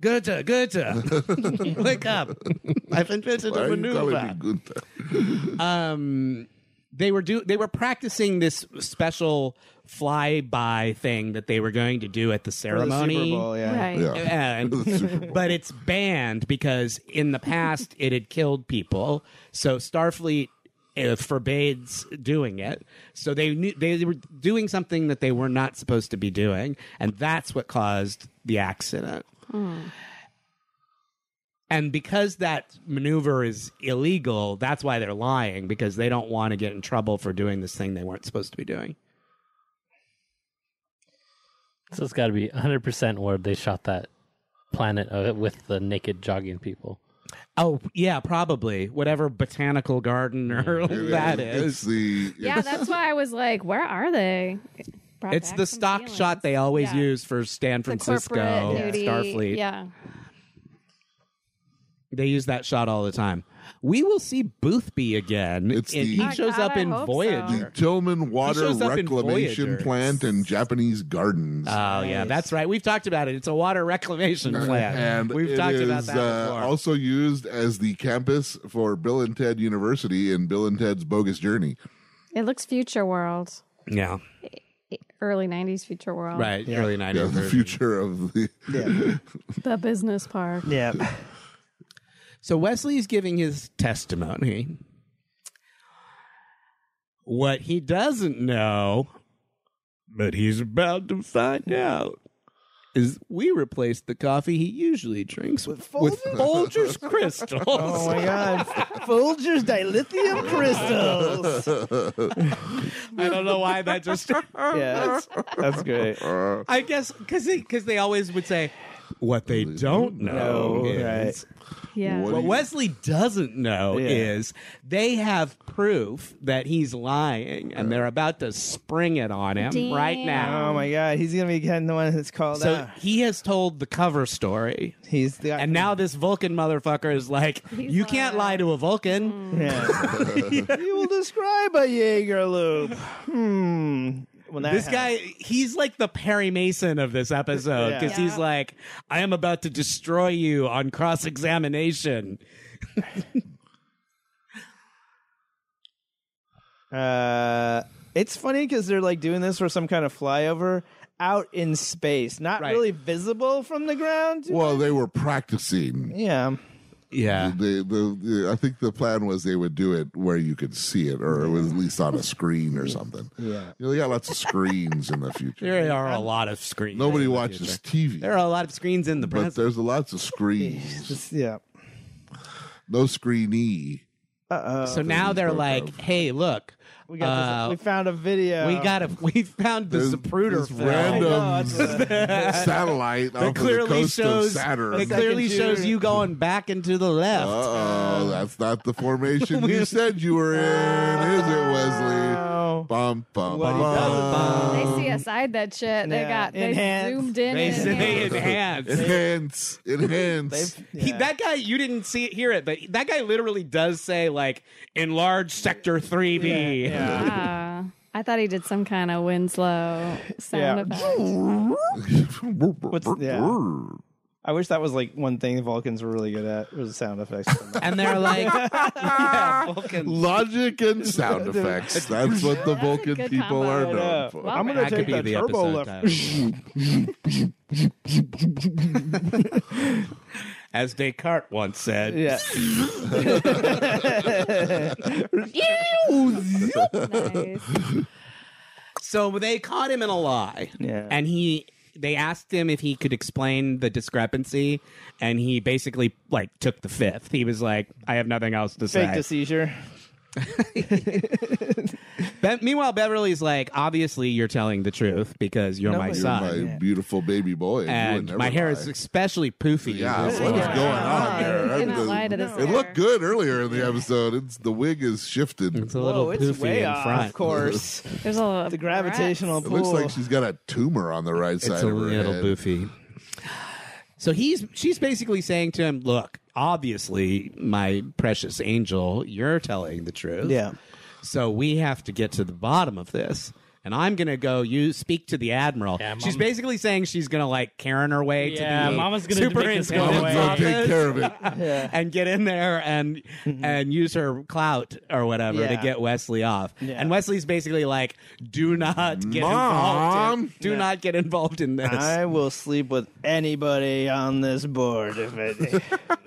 H: Goethe, Goethe, wake up! I've invented
B: Why
H: a
B: are you
H: maneuver.
B: calling me Gunther?
H: um they were do they were practicing this special flyby thing that they were going to do at the ceremony
K: Super Bowl, yeah.
J: Right.
H: And- but it's banned because in the past it had killed people so starfleet uh, forbids doing it so they knew they were doing something that they were not supposed to be doing and that's what caused the accident and because that maneuver is illegal, that's why they're lying because they don't want to get in trouble for doing this thing they weren't supposed to be doing.
E: So it's got to be 100% where they shot that planet uh, with the naked jogging people.
H: Oh, yeah, probably. Whatever botanical garden or that
B: It's
H: is.
B: the
J: Yeah, that's why I was like, where are they? Brought
H: It's
J: back
H: the
J: some
H: stock
J: feelings.
H: shot they always
J: Yeah.
H: use for San
J: The
H: Francisco
J: corporate
H: and
J: nudie-
H: Starfleet.
J: Yeah.
H: They use that shot all the time. We will see Boothby again.
B: It's
H: and
B: the-
H: he
B: My
H: shows
J: God,
H: up
J: I
H: in
J: hope so.
H: Voyager.
B: the Tillman Water
H: shows up in
B: Reclamation
H: Voyager.
B: Plant and Japanese Gardens.
H: Oh yeah, that's right. We've talked about it. It's a water reclamation plant.
B: and
H: We've
B: it
H: talked about
B: is,
H: that
B: uh,
H: before.
B: also used as the campus for Bill and Ted University in Bill and Ted's Bogus Journey. uh,
J: It looks future world,
H: yeah,
J: early 90s future world.
H: right. Early
B: Yeah,
H: nineties.
B: the future of the
J: The business park.
K: Yeah.
H: So Wesley's giving his testimony. What he doesn't know, but he's about to find out, is we replaced the coffee he usually drinks with, with Folgers crystals.
K: Oh my god. Folgers dilithium crystals.
H: I don't know why that just.
K: Yeah, that's, that's great. Oh
H: I guess because they, 'cause they always would say what they don't know
K: No,
H: is.
J: Yeah.
B: What
H: What
B: do you-
H: Wesley doesn't know
K: Yeah.
H: is they have proof that he's lying and they're about to spring it on him right now.
K: Oh my god, he's gonna be getting the one that's called
H: So
K: out.
H: he has told the cover story.
K: He's the
H: And now this Vulcan motherfucker is like, you can't lie to a Vulcan.
K: Yeah. you will describe a Jaeger loop. Hmm. When that
H: This
K: happens-
H: guy, he's like the Perry Mason of this episode
K: Yeah.
H: because he's
J: Yeah.
H: like, I am about to destroy you on cross examination.
K: Uh, it's funny because they're like doing this for some kind of flyover out in space, not
H: Right.
K: really visible from the ground.
B: well, they were practicing.
K: yeah.
H: Yeah.
B: They, the, the, I think the plan was they would do it where you could see it, or it was at least on a screen or something.
K: Yeah.
B: You know, they got lots of screens in the future.
H: There are a lot of screens.
B: Nobody
H: in the
B: watches
H: future.
B: TV,
H: There are a lot of screens in the
B: but uh,
H: present.
B: there's lots of screens.
K: Just- yeah.
B: No screeny.
K: Uh
H: So now they're
B: sort
H: like,
B: of.
H: "Hey, look,
K: We got.
H: uh,
K: this, we found a video.
H: we got a, we found the
B: There's this
H: Zapruder film.
K: I know,
B: random
K: it's a-
B: satellite
H: That
B: off of the
H: clearly
B: coast
H: shows.
B: of Saturn.
H: It clearly
K: Second Uh,
H: shows you going back and to the left.
B: Uh-oh, that's not the formation you said you were in, is it, Wesley?
K: Wow.
B: Bum, bum,
K: What he
B: bum.
J: They CSI'd that shit. They
K: Yeah.
J: got they
K: Enhanced.
J: zoomed in.
H: they
J: and
H: say
J: enhanced.
H: enhance.
B: Enhance. Enhance.
K: They've-
H: He,
K: yeah.
H: that guy, you didn't see hear it, but that guy literally does say like, "Enlarge sector three B."
J: Ah. I thought he did some kind of Winslow sound
K: Yeah.
J: effect.
K: What's- yeah. I wish that was like one thing Vulcans were really good at was sound effects.
H: And they're like, yeah, Vulcan.
B: Logic and sound effects. That's what the Vulcan
J: good
B: people
J: combo.
B: are
K: I
B: known
K: know.
B: for.
J: Well,
K: I'm gonna
J: That
K: take that turbo lift.
H: title. as Descartes once said.
K: Yeah.
H: So they caught him in a lie.
K: Yeah.
H: And he they asked him if he could explain the discrepancy and he basically like took the fifth. He was like, I have nothing else to
K: Faked
H: say.
K: a seizure.
H: Be- meanwhile, Beverly's like, obviously you're telling the truth because you're my
B: You're
H: son.
B: my beautiful baby boy. and you would
H: and
B: never
H: my hair
B: lie.
H: is especially poofy.
B: Yeah,
H: This
B: what's
H: one.
B: going on there?
J: You cannot
B: Everything-
J: lie to this
B: It looked good earlier in the episode. It's the wig is shifted.
H: It's a little
K: Whoa, it's
H: poofy
K: way
H: in
K: off
H: front.
K: course.
J: There's a
K: The gravitational
B: It
K: pull.
B: looks like she's got a tumor on the right side
H: It's a
B: of her
H: little
B: head.
H: boofy. So he's she's basically saying to him, "Look, obviously, my precious angel, you're telling the truth.
K: Yeah.
H: So we have to get to the bottom of this." And I'm gonna go. You speak to the admiral.
E: Yeah, Mom-
H: she's basically saying she's gonna like Karen her way
E: Yeah,
H: to the
E: Mama's gonna make this go
H: superintendent's
E: away.
B: Mama's gonna take care of it.
H: office
K: Yeah.
H: and get in there and and use her clout or whatever to
K: Mm-hmm. Yeah.
H: get Wesley off.
K: Yeah.
H: And Wesley's basically like, "Do not get involved. In,
B: Mom?
H: do
K: Yeah.
H: not get involved in this."
K: I will sleep with anybody on this board if it.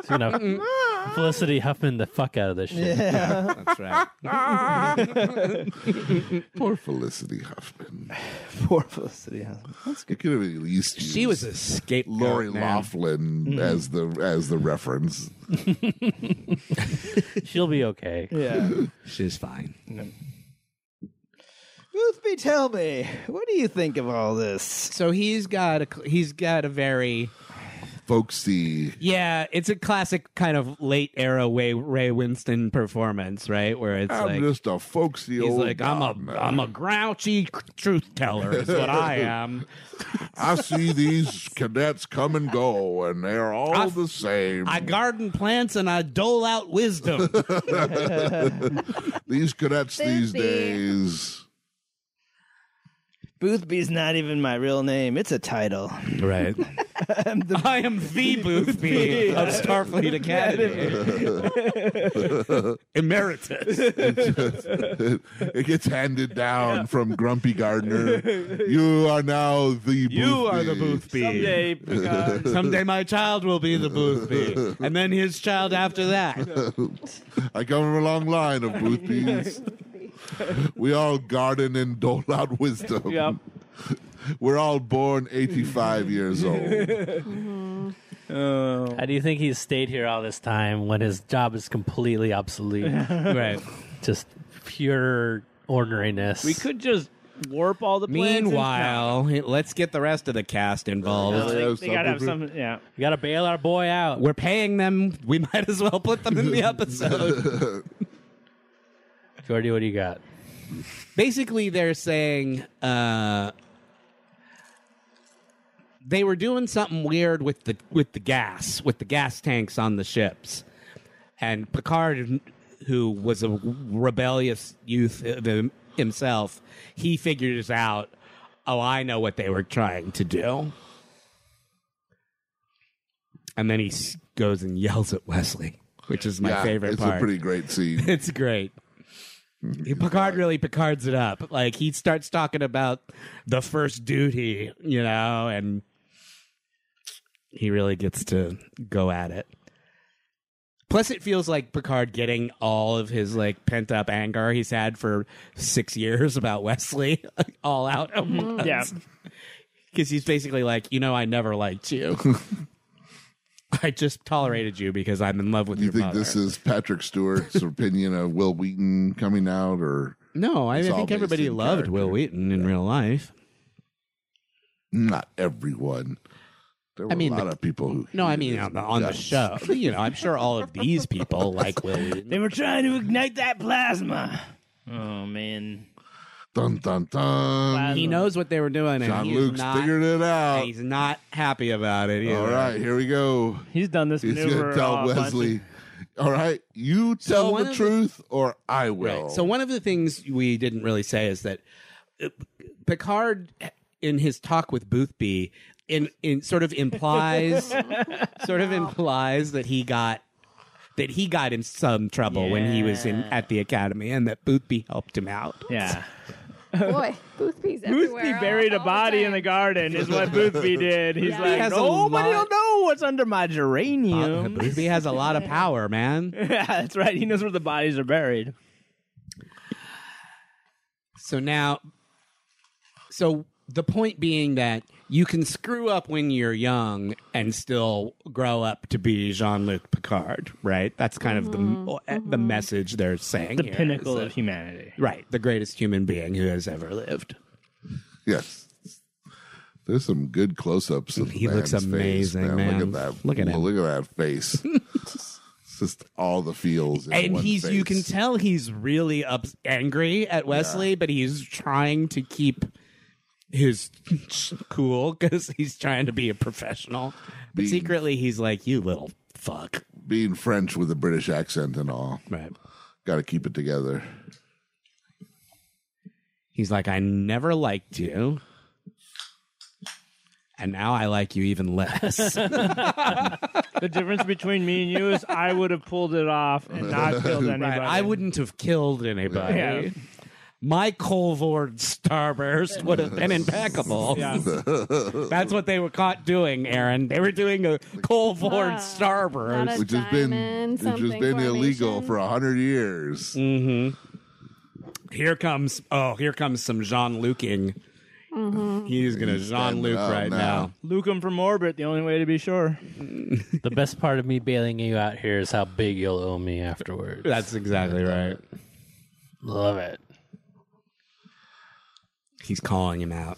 E: So, you know, Felicity Huffman the fuck out of this shit.
K: yeah.
H: That's right.
B: Poor Felicity Huffman.
K: Poor Felicity. huh?
B: It could have at least
H: She
B: used
H: was a scapegoat.
B: Lori
H: man.
B: Laughlin
H: Mm-hmm.
B: as the as the reference.
E: She'll be okay.
K: Yeah.
H: She's fine.
K: Boothby, tell me, what do you think of all this?
H: So he's got a cl- he's got a very
B: Folksy.
H: yeah. It's a classic kind of late era way Ray Winston performance, right? Where it's
B: I'm
H: like
B: just a folksy
H: he's
B: old.
H: like I'm a
B: man.
H: am a grouchy c- truth teller is what I am.
B: I see these cadets come and go, and they're all
H: I-
B: the same.
H: I garden plants and I dole out wisdom.
B: these cadets these
J: Busy.
B: days.
K: Boothby's not even my real name; it's a title.
H: right. I am the Boothby of Starfleet Academy, emeritus.
B: it gets handed down from Grumpy Gardner. You are now the
H: You are the Boothby.
K: Someday, Picard.
H: Someday my child will be the Boothby, and then his child after that.
B: I come from a long line of Boothbys. we all garden and dole out wisdom.
K: Yep.
B: We're all born 85 years old.
K: Oh.
E: How do you think he's stayed here all this time when his job is completely obsolete?
H: Right.
E: Just pure orneriness.
D: We could just warp all the plans.
H: Meanwhile, let's get the rest of the cast involved.
B: Yeah,
D: they gotta have
B: something-
D: some. Yeah,
E: We gotta bail our boy out.
H: We're paying them. We might as well put them in the episode.
E: Jordy, what do you got?
H: Basically, they're saying uh, they were doing something weird with the with the gas, with the gas tanks on the ships, and Picard, who was a rebellious youth of him- himself, he figures out. Oh, I know what they were trying to do. And then he s- goes and yells at Wesley, which is my
B: Yeah,
H: favorite
B: it's
H: part.
B: a pretty great scene.
H: It's great. Picard really Picards it up. Like he starts talking about the first duty, you know, and he really gets to go at it. Plus, it feels like Picard getting all of his like pent up anger he's had for six years about Wesley all out.
D: yeah.
H: because he's basically like, you know, I never liked you. I just tolerated you because I'm in love with
B: Do you
H: your
B: think
H: mother.
B: this is Patrick Stewart's opinion of Will Wheaton coming out, or
H: No, I, I
B: It's all
H: think
B: based
H: everybody
B: in
H: loved
B: character.
H: Will Wheaton in real life.
B: not everyone? There were
H: mean,
B: a lot
H: the-
B: of people who.
H: No, I
B: hated
H: mean
B: his
H: on the, on the
B: guts.
H: show. You know, I'm sure all of these people like Will Wheaton.
K: They were trying to ignite that plasma. Oh man.
B: Dun dun dun.
H: He knows what they were doing, and
B: John
H: he's
B: Luke's
H: not.
B: figured it
H: and
B: out.
H: He's not happy about it. Either.
B: All right, here we go.
D: he's done this
B: He's
D: maneuver.
B: gonna tell
D: uh, a bunch of-
B: Wesley. All right, you
H: So
B: tell
H: one
B: the
H: of the-
B: truth, or I will.
H: Right. So one of the things we didn't really say is that uh, Picard, in his talk with Boothby, in in sort of implies, sort of implies that he got that he got in some trouble when he was in at the academy, and that Boothby helped him out.
D: Yeah,
J: Boy, Boothby's everywhere.
D: Boothby buried a body in the garden is what Boothby did. He's
J: Yeah. He
D: like,
H: has a
D: nobody'll
H: lot-
D: know
K: what's under my geranium.
H: He has a lot of power, man.
K: yeah, that's right. He knows where the bodies are buried.
H: So now, so the point being that you can screw up when you're young and still grow up to be Jean Luc Picard, right? That's kind of the the message they're saying.
K: Mm-hmm. The
H: here is
K: pinnacle
H: that-
K: of humanity.
H: right? The greatest human being who has ever lived.
B: Yes. There's some good close ups of
H: He
B: the
H: looks
B: man's face,
H: amazing,
B: Look
H: man.
B: at that.
H: Look at him.
B: Look at that face. It's just all the feels. In
H: and
B: one
H: he's
B: face.
H: you can tell he's really up angry at Wesley, but he's trying to keep his cool because he's trying to be a professional. But
B: Being-
H: secretly, he's like, "You little fuck."
B: being French with a British accent and all.
H: Right.
B: Got to keep it together.
H: He's like, "I never liked you, and now I like you even less."
D: the difference between me and you is I would have pulled it off and not killed anybody.
H: Right. I wouldn't have killed anybody.
D: Yeah.
H: My Colvord starburst would have been impeccable. That's what they were caught doing, Aaron. They were doing a Colvord starburst.
B: Which has been
J: diamond
B: which has
J: something
B: been illegal
J: formation.
B: for a hundred years.
H: Mm-hmm. Here comes oh, here comes some Jean Lucing. He's gonna
B: He's
H: Jean Luc
B: standing up
H: right now.
B: now.
K: Luke him from orbit, the only way to be sure.
E: the best part of me bailing you out here is how big you'll owe me afterwards.
H: That's exactly right.
E: Love it.
H: He's calling him out.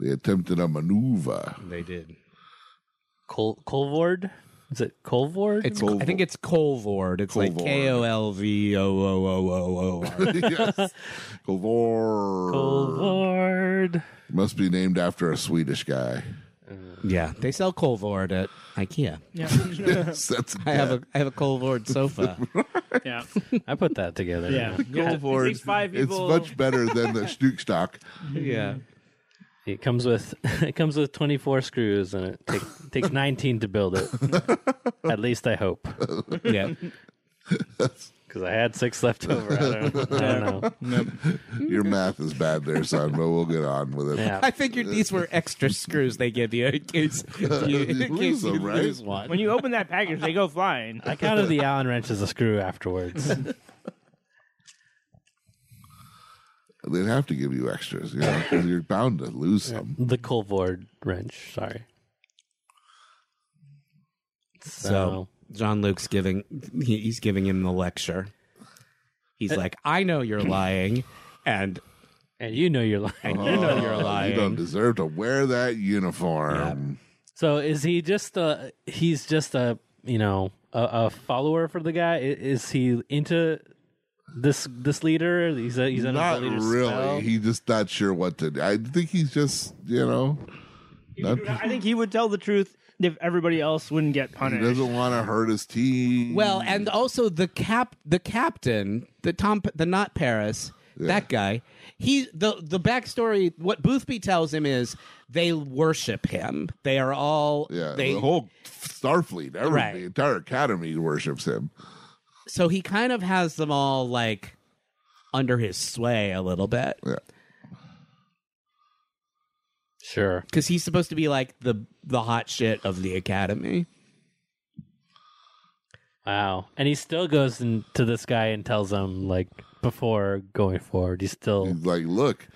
B: They attempted a maneuver.
H: They did.
E: Col- Colvord? Is it Colvord?
H: It's I think it's Colvord. It's like
B: Colvord.
H: K O L V O O O O O R.
B: yes. Kolvor.
E: Colvord.
B: Must be named after a Swedish guy.
H: Yeah, they sell Colvord at IKEA.
B: yes, that's
H: I have a I have a Colvord sofa.
D: Yeah.
E: I put that together.
D: Yeah.
B: Kolvor.
D: These five
B: It's
D: people-
B: much better than the Stukstock.
H: yeah.
E: It comes with it comes with 24 screws and it take, takes 19 to build it. At least I hope,
H: Yeah.
E: because I had six left over. I don't, I don't know.
B: Your math is bad there, son, but we'll get on with it.
E: Yeah.
H: I figured these were extra screws they give you in case you,
B: You
H: in
B: lose
H: case you
B: them, right?
H: lose one.
D: When you open that package, they go flying.
E: I counted the Allen wrench as a screw afterwards.
B: They'd have to give you extras, you know, 'cause you're bound to lose some.
E: the Colvord wrench. Sorry.
H: So John Luke's giving he, he's giving him the lecture. He's like, I know you're lying, and
E: and you know you're
B: oh.
E: lying.
H: you know you're
B: You
H: lying.
B: don't deserve to wear that uniform.
E: So is he just a? He's just a you know a, a follower for the guy. I- Is he into this this leader? He's a, he's under the
B: Not
E: leader's
B: really.
E: spell?
B: He's just not sure what to do. I think he's just, you know, not-
D: I think he would tell the truth if everybody else wouldn't get
B: he
D: punished.
B: doesn't want to hurt his team.
H: Well, and also the cap, the captain, the Tom, the not Paris, that guy. He the the backstory. What Boothby tells him is they worship him. They are all
B: yeah,
H: They
B: the whole Starfleet, every,
H: Right.
B: the entire academy worships him.
H: so he kind of has them all like under his sway a little bit
B: Yeah.
E: Sure.
H: because he's supposed to be like the the hot shit of the academy.
E: Wow. And he still goes in, to this guy and tells him like before going forward. He's still
B: He's like, look,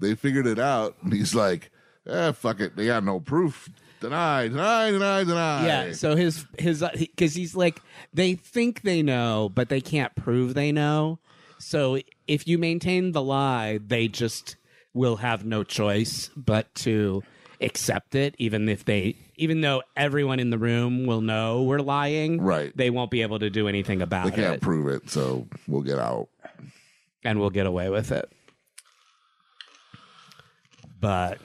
B: they figured it out. And he's like, eh, fuck it. They got no proof. Deny, deny, deny, deny.
H: Yeah. So his his because he's like they think they know, but they can't prove they know. So if you maintain the lie, they just will have no choice but to accept it, even if they even though everyone in the room will know we're lying.
B: Right.
H: They won't be able to do anything about
B: they can't
H: it,
B: prove it. So we'll get out.
H: and we'll get away with it. But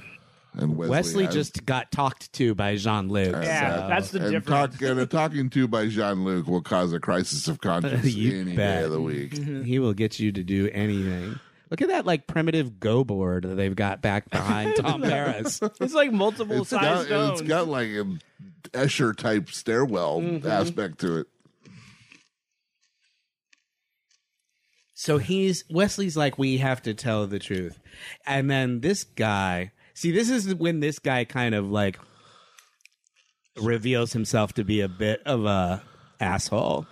B: And Wesley,
H: Wesley
B: has- uh,
H: just got talked to by Jean Luc.
D: Yeah, that's the
B: and
D: difference.
B: Talk, and a talking to by Jean Luc will cause a crisis of conscience
H: You
B: any
H: bet.
B: day of the
D: Mm-hmm.
B: week.
H: He will get you to do anything. Look at that like primitive go board that they've got back behind Tom Paris.
D: It's like multiple
B: It's
D: size
B: got, it's
D: stones. Mm-hmm.
B: got like an Escher type stairwell aspect to it.
H: So he's Wesley's like, we have to tell the truth. And then this guy See, this is when this guy kind of like reveals himself to be a bit of a asshole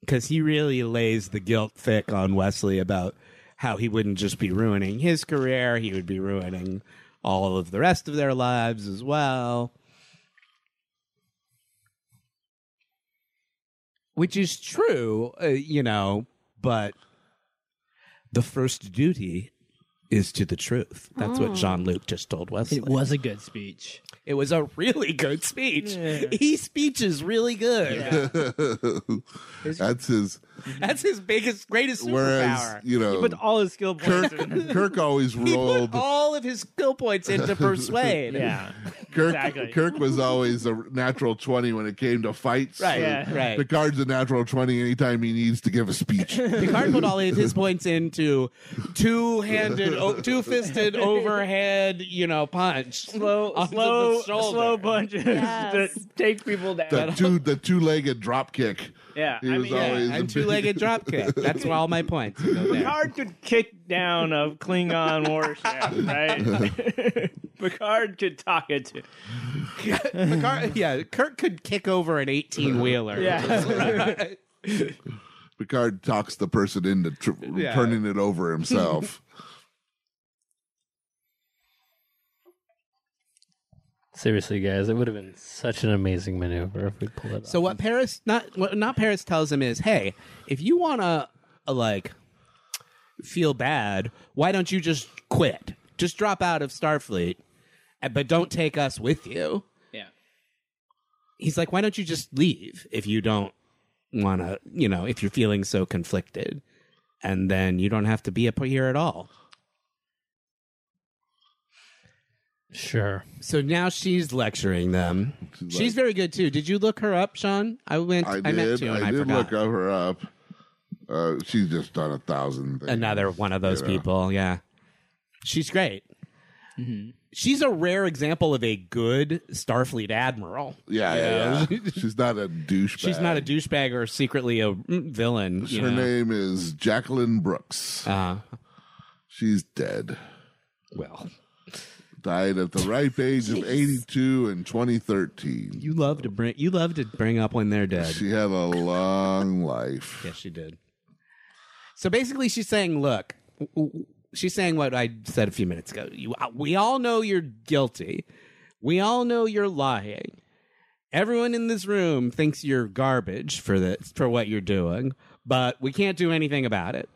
H: because he really lays the guilt thick on Wesley about how he wouldn't just be ruining his career, he would be ruining all of the rest of their lives as well. Which is true, uh, you know, but the first duty is to the truth. That's
L: Oh.
H: what Jean Luc just told Wesley.
L: It was a good speech.
H: It was a really good speech.
L: Yeah.
H: He speech is really good.
B: That's his.
H: That's his biggest, greatest superpower.
B: Whereas you know,
H: all his skill
B: Kirk, Kirk always
H: He put
B: rolled.
H: all of his skill points into persuade.
B: Kirk,
H: Exactly.
B: Kirk was always a natural 20 when it came to fights.
H: Right,
B: So
H: yeah, right.
B: Picard's a natural 20 anytime he needs to give a speech.
H: Picard put all of his points into two-handed, o- two-fisted, overhead, you know, punch. Slow,
D: slow- slow punches Yes. that
H: take people
B: The two the two legged drop kick.
D: Yeah,
B: He was always a
H: I'm
B: big-
H: two-legged dropkick. That's where all my points go there.
D: Picard could kick down a Klingon warship, right? Picard could talk it to.
H: Picard, yeah, Kirk could kick over an 18 wheeler.
D: Yeah.
B: Picard talks the person into tr-
H: Yeah.
B: turning it over himself.
E: Seriously, guys, it would have been such an amazing maneuver if we pulled it off.
H: So what Paris not what not Paris tells him is, hey, if you wanna uh, like feel bad, why don't you just quit? Just drop out of Starfleet, uh, but don't take us with you.
L: Yeah.
H: He's like, why don't you just leave if you don't wanna, you know, if you're feeling so conflicted, and then you don't have to be up here at all.
E: Sure.
H: So now she's lecturing them. She's, very good too. Did you look her up, Sean? I went. I,
B: I
H: meant
B: did.
H: to,
B: I,
H: and I,
B: did
H: forgot.
B: look up her up. Uh, she's just done a thousand things.
H: another one of those
B: Yeah.
H: people. Yeah, she's great.
B: Mm-hmm.
H: She's a rare example of a good Starfleet admiral.
B: Yeah, yeah, yeah. she's not a douchebag.
H: She's not a douchebag or secretly a villain. you
B: Her
H: know.
B: name is Jacqueline Brooks.
H: Uh,
B: She's dead.
H: Well,
B: died at the ripe age of 82 in 2013.
H: You love to bring you love to bring up when they're dead.
B: She had a long life.
H: Yes, she did. So basically, she's saying, look, w- w- she's saying what I said a few minutes ago. You, uh, we all know you're guilty. We all know you're lying. Everyone in this room thinks you're garbage for this, for what you're doing, but we can't do anything about it.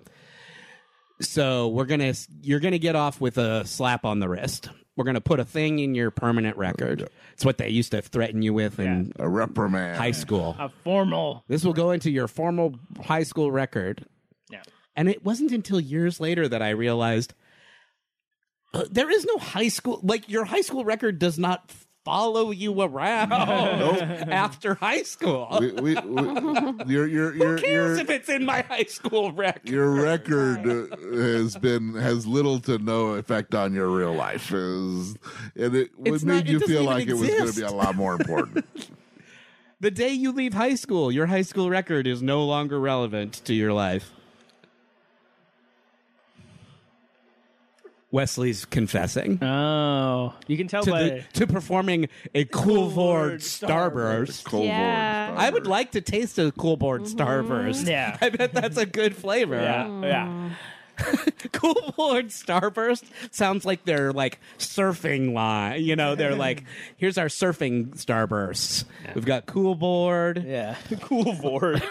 H: So we're gonna, you're gonna get off with a slap on the wrist. We're gonna put a thing in your permanent record. It's what they used to threaten you with in
B: a reprimand
H: high school.
D: A formal.
H: This will go into your formal high school record.
D: Yeah.
H: And it wasn't until years later that I realized uh, there is no high school, like your high school record does not follow you around after high school.
B: We, we, we, your, your, your,
H: Who
B: your,
H: cares if it's in my high school record?
B: your record uh, has been has little to no effect on your real life, is, and it would
H: It's
B: made
H: not- it
B: you
H: doesn't
B: feel
H: even
B: like it was going to be
H: exist.
B: a lot more important.
H: The day you leave high school, your high school record is no longer relevant to your life. Wesley's confessing.
D: Oh, you can tell
H: to,
D: by
H: the- to performing a cool board starburst.
B: Cool board Yeah.
H: I would like to taste a cool board starburst.
D: Yeah.
H: I bet that's a good flavor.
D: yeah, yeah.
H: cool board starburst sounds like they're like surfing line. You know, they're like, here's our surfing starbursts. We've got cool board.
D: Yeah, cool board.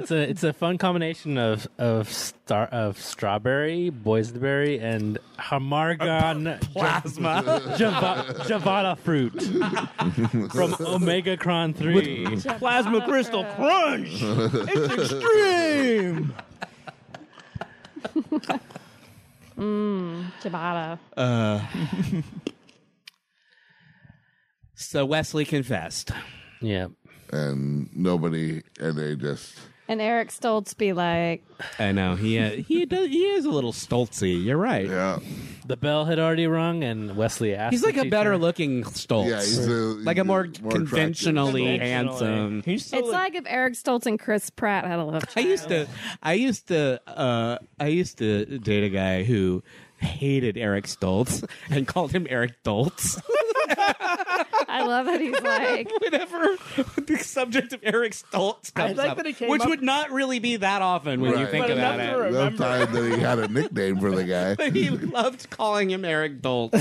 E: It's a it's a fun combination of of star of strawberry, boysenberry, and hamargon
H: plasma.
E: Java, Javada fruit from Omega Cron Three.
D: Plasma crystal crunch. It's extreme.
J: Mmm, ciabatta.
H: Uh, so Wesley confessed.
E: Yeah.
B: And nobody, and they just.
J: And Eric Stoltz be like,
H: I know he uh, he does, he is a little stoltzy. You're right.
B: Yeah,
E: The bell had already rung, and Wesley asked.
H: he's
E: the
H: like a
E: teacher-
H: better looking Stoltz.
B: Yeah, he's a-
H: like a
B: more
H: more,
B: attractive.
H: conventionally handsome.
J: it's like if Eric Stoltz and Chris Pratt had a love.
H: I used to, I used to, uh, I used to date a guy who hated Eric Stoltz and called him Eric Doltz.
J: I love that he's like
H: whenever the subject of Eric Stoltz
J: I
H: comes
J: like
H: up,
J: that it came
H: which
J: up-
H: would not really be that often when you
B: Right.
H: think about it.
B: Enough time that he had a nickname for the guy.
H: But he loved calling him Eric Doltz.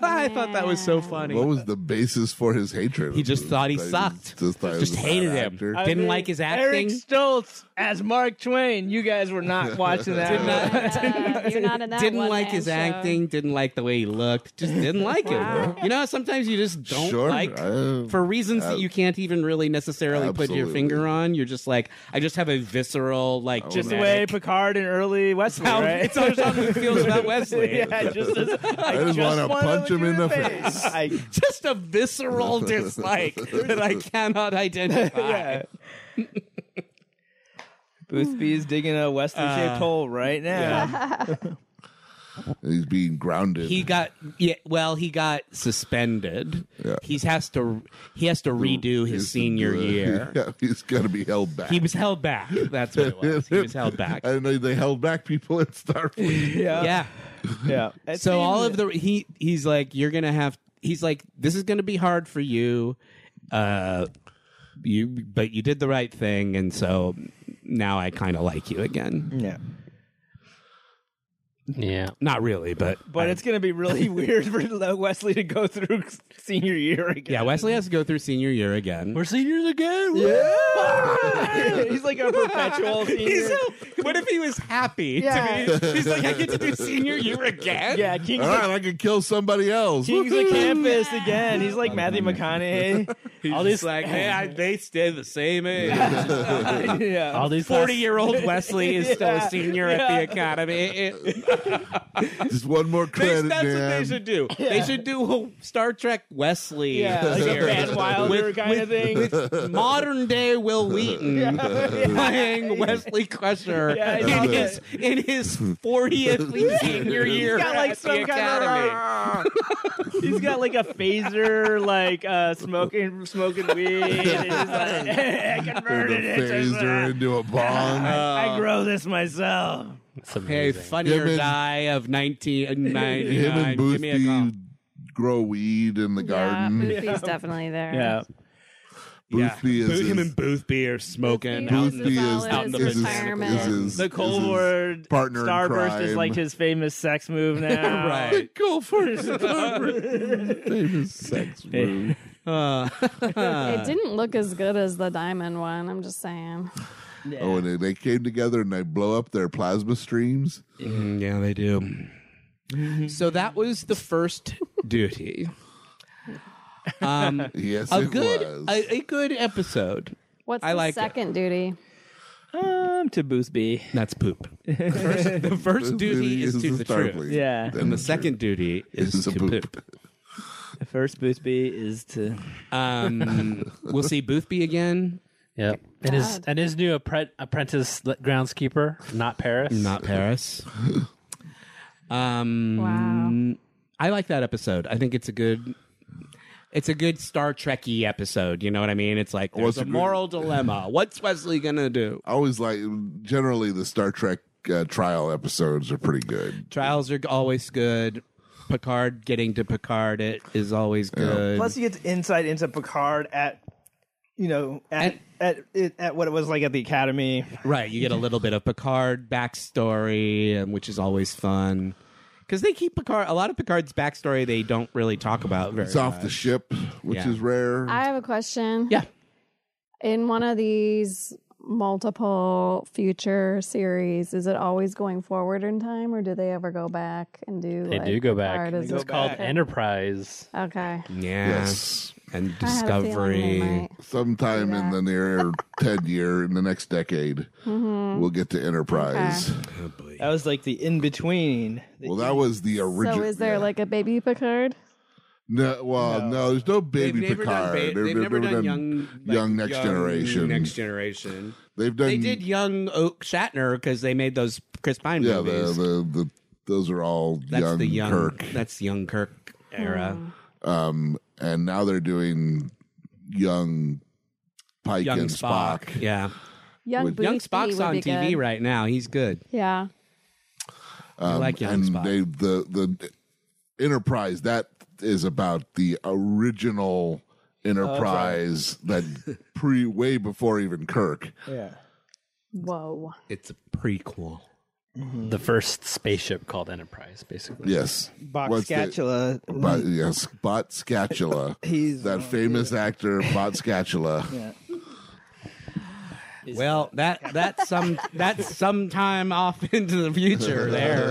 H: I thought that was so funny.
B: What was the basis for his hatred? He
H: just thought he sucked.
B: Just, thought he was
H: Just
B: a bad
H: hated him.
B: actor.
H: I Didn't mean, like his
K: Eric
H: acting.
K: Stoltz as Mark Twain. You guys were not watching that.
H: Did not-
J: you're not in that
H: didn't
J: one
H: like
J: man
H: his
J: show.
H: acting, didn't like the way he looked, just didn't like
J: Wow.
H: him. You know, sometimes you just don't
B: Sure,
H: like
B: I-
H: for reasons that you can't even really necessarily put your
B: Absolutely. Oh,
H: finger on. You're just like, I just have a visceral like
K: Just the way Picard and early Wesley,
H: How-
K: right?
H: it's how John Luke feels about Wesley.
K: yeah, just as,
B: I just wanna
K: wanna
B: punch
K: look
B: him in the
K: your
B: face.
K: I,
H: just a visceral dislike that I cannot identify.
K: yeah. Boothby is digging a Wesley-shaped
H: Uh,
K: hole right now.
B: He's being grounded.
H: He got yeah. Well, he got suspended.
B: Yeah.
H: He has to he has to redo his senior year.
B: Yeah, he's got to be held back.
H: He was held back. That's what it was. He was held back.
B: I didn't know they held back people at Starfleet.
K: yeah.
H: Yeah.
K: yeah. It
H: so all
K: seems-
H: of the he he's like you're gonna have he's like this is gonna be hard for you uh you but you did the right thing and so now i kind of like you again
K: yeah.
E: Yeah.
H: not really but
K: But
H: I-
K: it's going to be really weird for Wesley to go through senior year again.
H: yeah wesley has to go through senior year again
E: We're seniors again.
K: Yeah. He's like a perpetual
H: He's
K: senior.
H: so- what if he was happy
K: Yeah.
H: to be he's like i get to do senior year again
K: Yeah,
B: All
K: Kings, of,
B: right, I could kill somebody else.
K: Kings of Campus again. He's like Matthew McConaughey.
H: he's all these like hey I, they stay the same age
K: yeah.
E: All these
H: 40
E: last-
H: year old Wesley is still
K: Yeah.
H: a senior at the academy.
B: Just one more
H: They,
B: credit,
H: that's what
B: man.
H: they should do. They should do a Star Trek Wesley.
K: Yeah, like a
H: here.
K: Van Wilder kind of thing.
H: with modern day Will Wheaton playing Wesley Crusher
K: Yeah, I saw
H: in, his, in his 40th senior year
K: He's got like
H: at
K: some
H: the
K: kind
H: academy.
K: of. He's got like a phaser, like uh, smoking smoking weed. And he's like, I
B: Turned
K: converted
B: a
K: it. to
B: phaser Uh,
K: that.
B: into a bomb.
H: Uh,
K: I grow this myself.
E: It's
H: Hey,
E: amazing.
H: funny
B: Him
H: or
B: and-
H: die of 1999.
B: Him and
H: Give me a call.
B: Boothby grow weed in the garden.
J: Yeah, Boothby's definitely there.
K: Yeah.
B: Boothby
H: yeah.
B: is
H: Booth- him
B: his-
H: and Boothby are smoking.
J: Boothby
H: out in
J: is the
H: the-
B: Boothby is,
J: Solid
H: out in the
B: is, his-
J: retirement.
B: is his-
K: The Cold
B: is his
K: War
B: partner in
K: Starburst is
B: crime.
K: like his famous sex move now.
H: right.
B: Go for his famous sex move.
H: Uh,
J: It didn't look as good as the diamond one. I'm just saying.
B: Oh, and they, they came together and they blow up their plasma streams.
H: Mm, yeah, they do.
B: Mm-hmm.
H: So that was the first duty. Um,
B: Yes,
H: a
B: it
H: good
B: was.
H: a, a good episode.
J: What's
H: I
J: the
H: like it.
J: second duty?
K: Um, to Boothby.
H: That's poop. First, the first duty is to the truth,
K: Yeah.
H: and the second duty is,
B: is a
H: to
B: poop.
H: poop.
K: The first Boothby is to.
H: Um, we'll see Boothby again,
E: Yep. And his
J: God.
E: and his new appre- apprentice le- groundskeeper, not Paris.
H: not Paris. Um,
J: Wow.
H: I like that episode. I think it's a good. It's a good Star Trekky episode. You know what I mean? It's like
B: Well, it's
H: there's a
B: a good-
H: moral dilemma. What's Wesley gonna do?
B: I always like, generally, the Star Trek uh, trial episodes are pretty good.
H: Trials are always good. Picard getting to Picard it is always good.
K: Plus, he gets insight into Picard at, you know, at
H: And-
K: at it, at what it was like at the academy.
H: right, you get a little bit of Picard backstory, and which is always fun because they keep Picard. A lot of Picard's backstory they don't really talk about very.
B: It's off the
H: much.
B: ship, which
H: Yeah.
B: is rare.
J: I have a question.
H: Yeah.
J: In one of these multiple future series, is it always going forward in time, or do they ever go back and do?
E: They
J: like,
E: do go back.
J: Picard as
E: It's
J: a-
E: called Enterprise.
J: Okay.
H: yeah,
B: yes.
H: and
J: I had a feeling they
H: Discovery.
J: might.
B: Sometime in the near 10 year, in the next decade,
J: Mm-hmm.
B: we'll get to Enterprise.
H: Uh,
K: That was like the in between.
B: Well, that was the original.
J: So is there like a baby Picard?
B: No, well, no. there's no
H: They've
B: baby
H: never done
B: Picard.
H: ba-
B: They've-
H: they've never done young, like,
B: young Next Generation.
H: Next generation.
B: They've done.
H: They did young Oak Shatner because they made those Chris Pine
B: Yeah, the,
H: movies.
B: the, the those are all
H: that's
B: young,
H: the young
B: Kirk.
H: That's young Kirk era.
B: Um, and now they're doing young Pike
H: Young
B: and
H: Spock.
B: Spock.
H: Yeah.
J: Young,
B: Would-
J: Boothby
H: Young Spock's
J: would
H: on
J: be
H: TV
J: good.
H: right now. He's good.
J: Yeah.
B: Um,
H: like Young
B: and
H: Spot.
B: They, the the Enterprise that is about the original
H: uh,
B: Enterprise that pre way before even Kirk.
K: Yeah.
J: Whoa.
H: It's a prequel.
E: The first spaceship called Enterprise, basically.
B: Yes,
K: Bot
B: What's the-
K: Scatula.
B: Bot, yes, Bot Scatula.
K: He's
B: that famous actor, Bot Scatula.
K: Yeah.
H: Well, that that's some that's sometime off into the future there.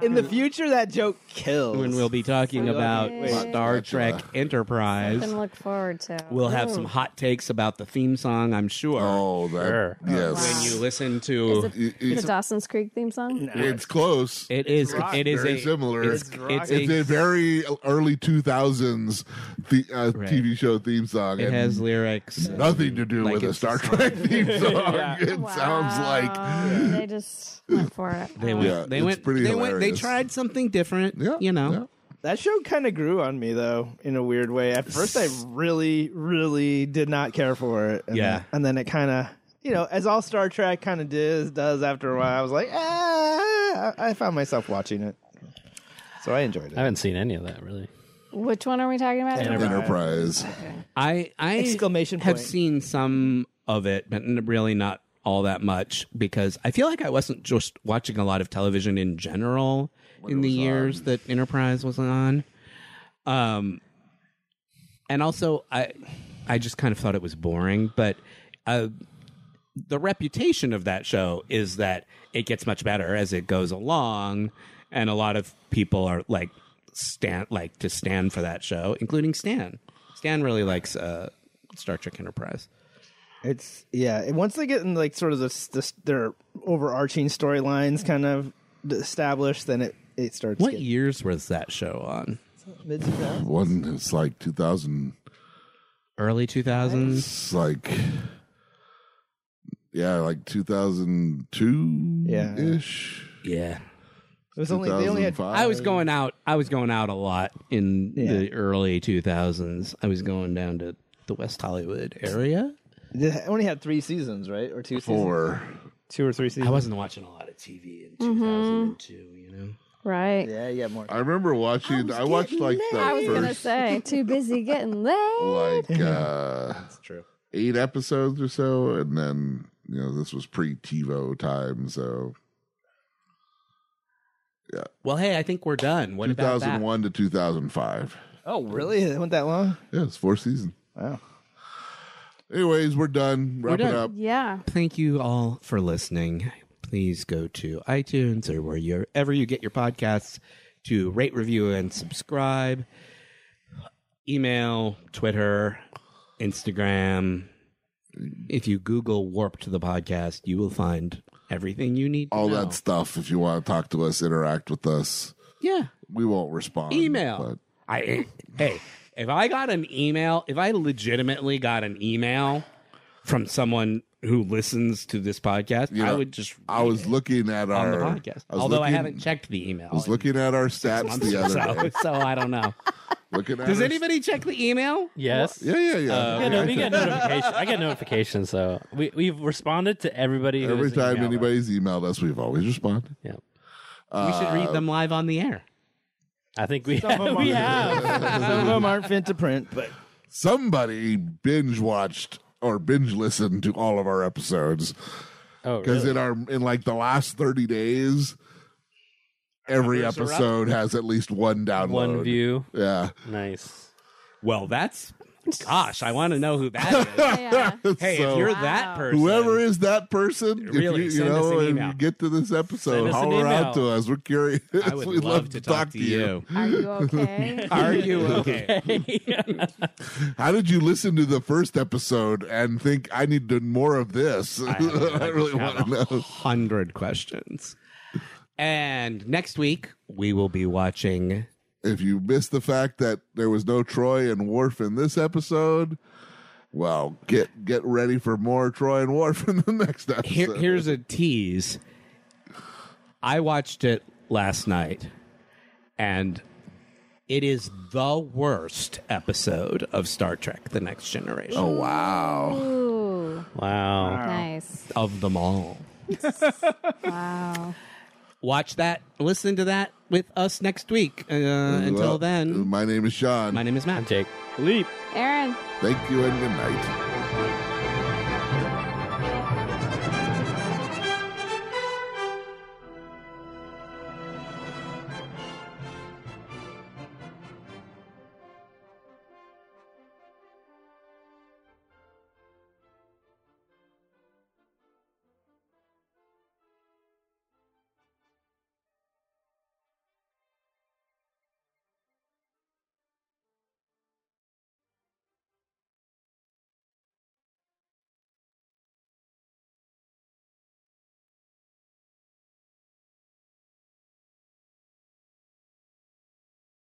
K: In the future, that joke kills.
H: When we'll be talking
K: Wait,
H: about
K: wait.
H: Star Trek Enterprise.
J: Something to look forward to.
H: We'll have some hot takes about the theme song, I'm sure.
B: Oh, that,
H: sure.
B: yes.
H: When you listen
J: Is
H: to
J: it the Dawson's Creek theme song?
B: It's close.
H: It is.
B: It's
H: it is
B: very
H: a,
B: similar.
H: It's,
B: It's,
H: it's
B: a,
H: a,
B: very early two thousands the, uh,
H: Right.
B: TV show theme song.
H: It
B: and
H: has lyrics.
B: nothing to do
H: Like
B: with a
H: it's
B: Star
H: a
B: Trek theme song.
J: Yeah.
B: It sounds like
J: Oh, they just went for it.
H: They went.
B: Yeah,
H: they
B: it's
H: went.
B: pretty
H: They went. They
B: hilarious.
H: tried something different. you know.
K: That show kind of grew on me though, in a weird way. At first, I really, really did not care for it. And
H: Yeah.
K: then- and then it kind of, you know, as all Star Trek kind of does, does after a while, I was like, ah, I I found myself watching it. So I enjoyed
E: I
K: it.
E: haven't seen any of that really.
J: Which one are we talking about?
B: Enterprise.
H: I I
K: Exclamation
H: have
K: point.
H: seen some of it, but n- really not all that much because I feel like I wasn't just watching a lot of television in general in the years that Enterprise was on. Um, and also I I just kind of thought it was boring, but uh, the reputation of that show is that it gets much better as it goes along, and a lot of people are like stand like to stand for that show, including Stan. Stan really likes uh, Star Trek Enterprise.
K: It's yeah. and Once they get in like sort of this, this their overarching storylines kind of established, then it it starts.
H: What
K: getting-
H: years was that show on?
K: Mid-2000s?
B: one. It's like two thousand.
H: Early two thousands.
B: It's like yeah, like two thousand two.
K: Yeah.
B: ish.
H: Yeah,
K: It was only they only had
B: 2005.
H: I was going out. I was going out a lot in
K: Yeah.
H: the early two thousands. I was going down to the West Hollywood area.
K: they only had three seasons, right, or two seasons,
B: four.
K: two or three seasons.
H: I wasn't watching a lot of TV in two
J: Mhm.
H: thousand two. You know.
J: Right.
K: Yeah, you got more.
B: I remember watching. I, watched like the
J: I was gonna
B: first
J: say, too busy getting laid.
B: like uh,
H: true.
B: eight episodes or so, and then you know this was pre TiVo time, so
H: Well, hey, I think we're done. What about that?
B: 2001 to 2005.
K: Oh, really? It went that long?
B: Yeah, it's four seasons.
K: Wow.
B: Anyways, we're done. Wrap it
H: done.
B: up.
J: Yeah.
H: Thank you all for listening. Please go to iTunes or wherever you get your podcasts to rate, review, and subscribe. Email, Twitter, Instagram. If you Google Warp to the podcast, you will find everything you need. To
B: All
H: know.
B: that stuff. If you want to talk to us, interact with us.
H: yeah.
B: We won't respond.
H: Email. I hey, if I got an email, if I legitimately got an email from someone who listens to this podcast,
B: You
H: I
B: know,
H: would just
B: But I was looking at
H: on
B: our
H: the podcast.
B: I was
H: Although
B: looking-
H: Uh, I haven't checked the email.
B: I was looking at our stats the
H: so,
B: other day.
H: so I don't know.
B: Looking at
H: Does
B: our-
H: anybody Uh, check the email?
E: Yes.
B: Yeah, yeah, yeah.
E: Yeah, no, we get notifications. I get notifications, so we we've responded to everybody. who
B: Every
E: has
B: time
E: emailed us.
B: anybody's emailed us, we've always responded.
E: Yeah.
H: we should read
B: Uh,
H: them live on the air.
E: I think we
K: Some of 'em
E: we
K: are-
E: have.
K: Some of them aren't fit to print, but
B: Somebody binge watched or binge listened to all of our episodes.
E: Oh,
B: because
E: really?
B: in our in like the last 30 days every
H: numbers are up.
B: episode has at least one download
E: one view.
B: yeah
E: Nice.
H: Well, that's gosh, I want to know who that
J: Yeah.
H: is. hey,
B: So,
H: if you're that person,
B: whoever is that person if
H: Really,
B: you, you
H: send us
B: know
H: an
B: if
H: email.
B: you get to this episode
E: Send us an
B: holler out
E: email.
B: to us we're curious
H: I would
B: we'd
H: love, to talk, to you.
J: Are you okay?
H: Are you okay?
B: how did you listen to the first episode and think i need to more of this i, really want to know
H: Hundred questions. And next week we will be watching.
B: if you missed the fact that there was no Troy and Worf in this episode, well, get get ready for more Troy and Worf in the next episode.
H: Here, here's a tease. I watched it last night, and it is the worst episode of Star Trek: The Next Generation
B: oh wow!
J: Ooh,
E: Wow.
J: nice.
H: of them all.
J: Wow.
H: watch that, listen to that with us next week. Uh, until
B: Well,
H: then,
B: My name is Sean. My
H: name is Matt.
E: Jake.
D: Leap.
J: Aaron.
B: Thank you and good night.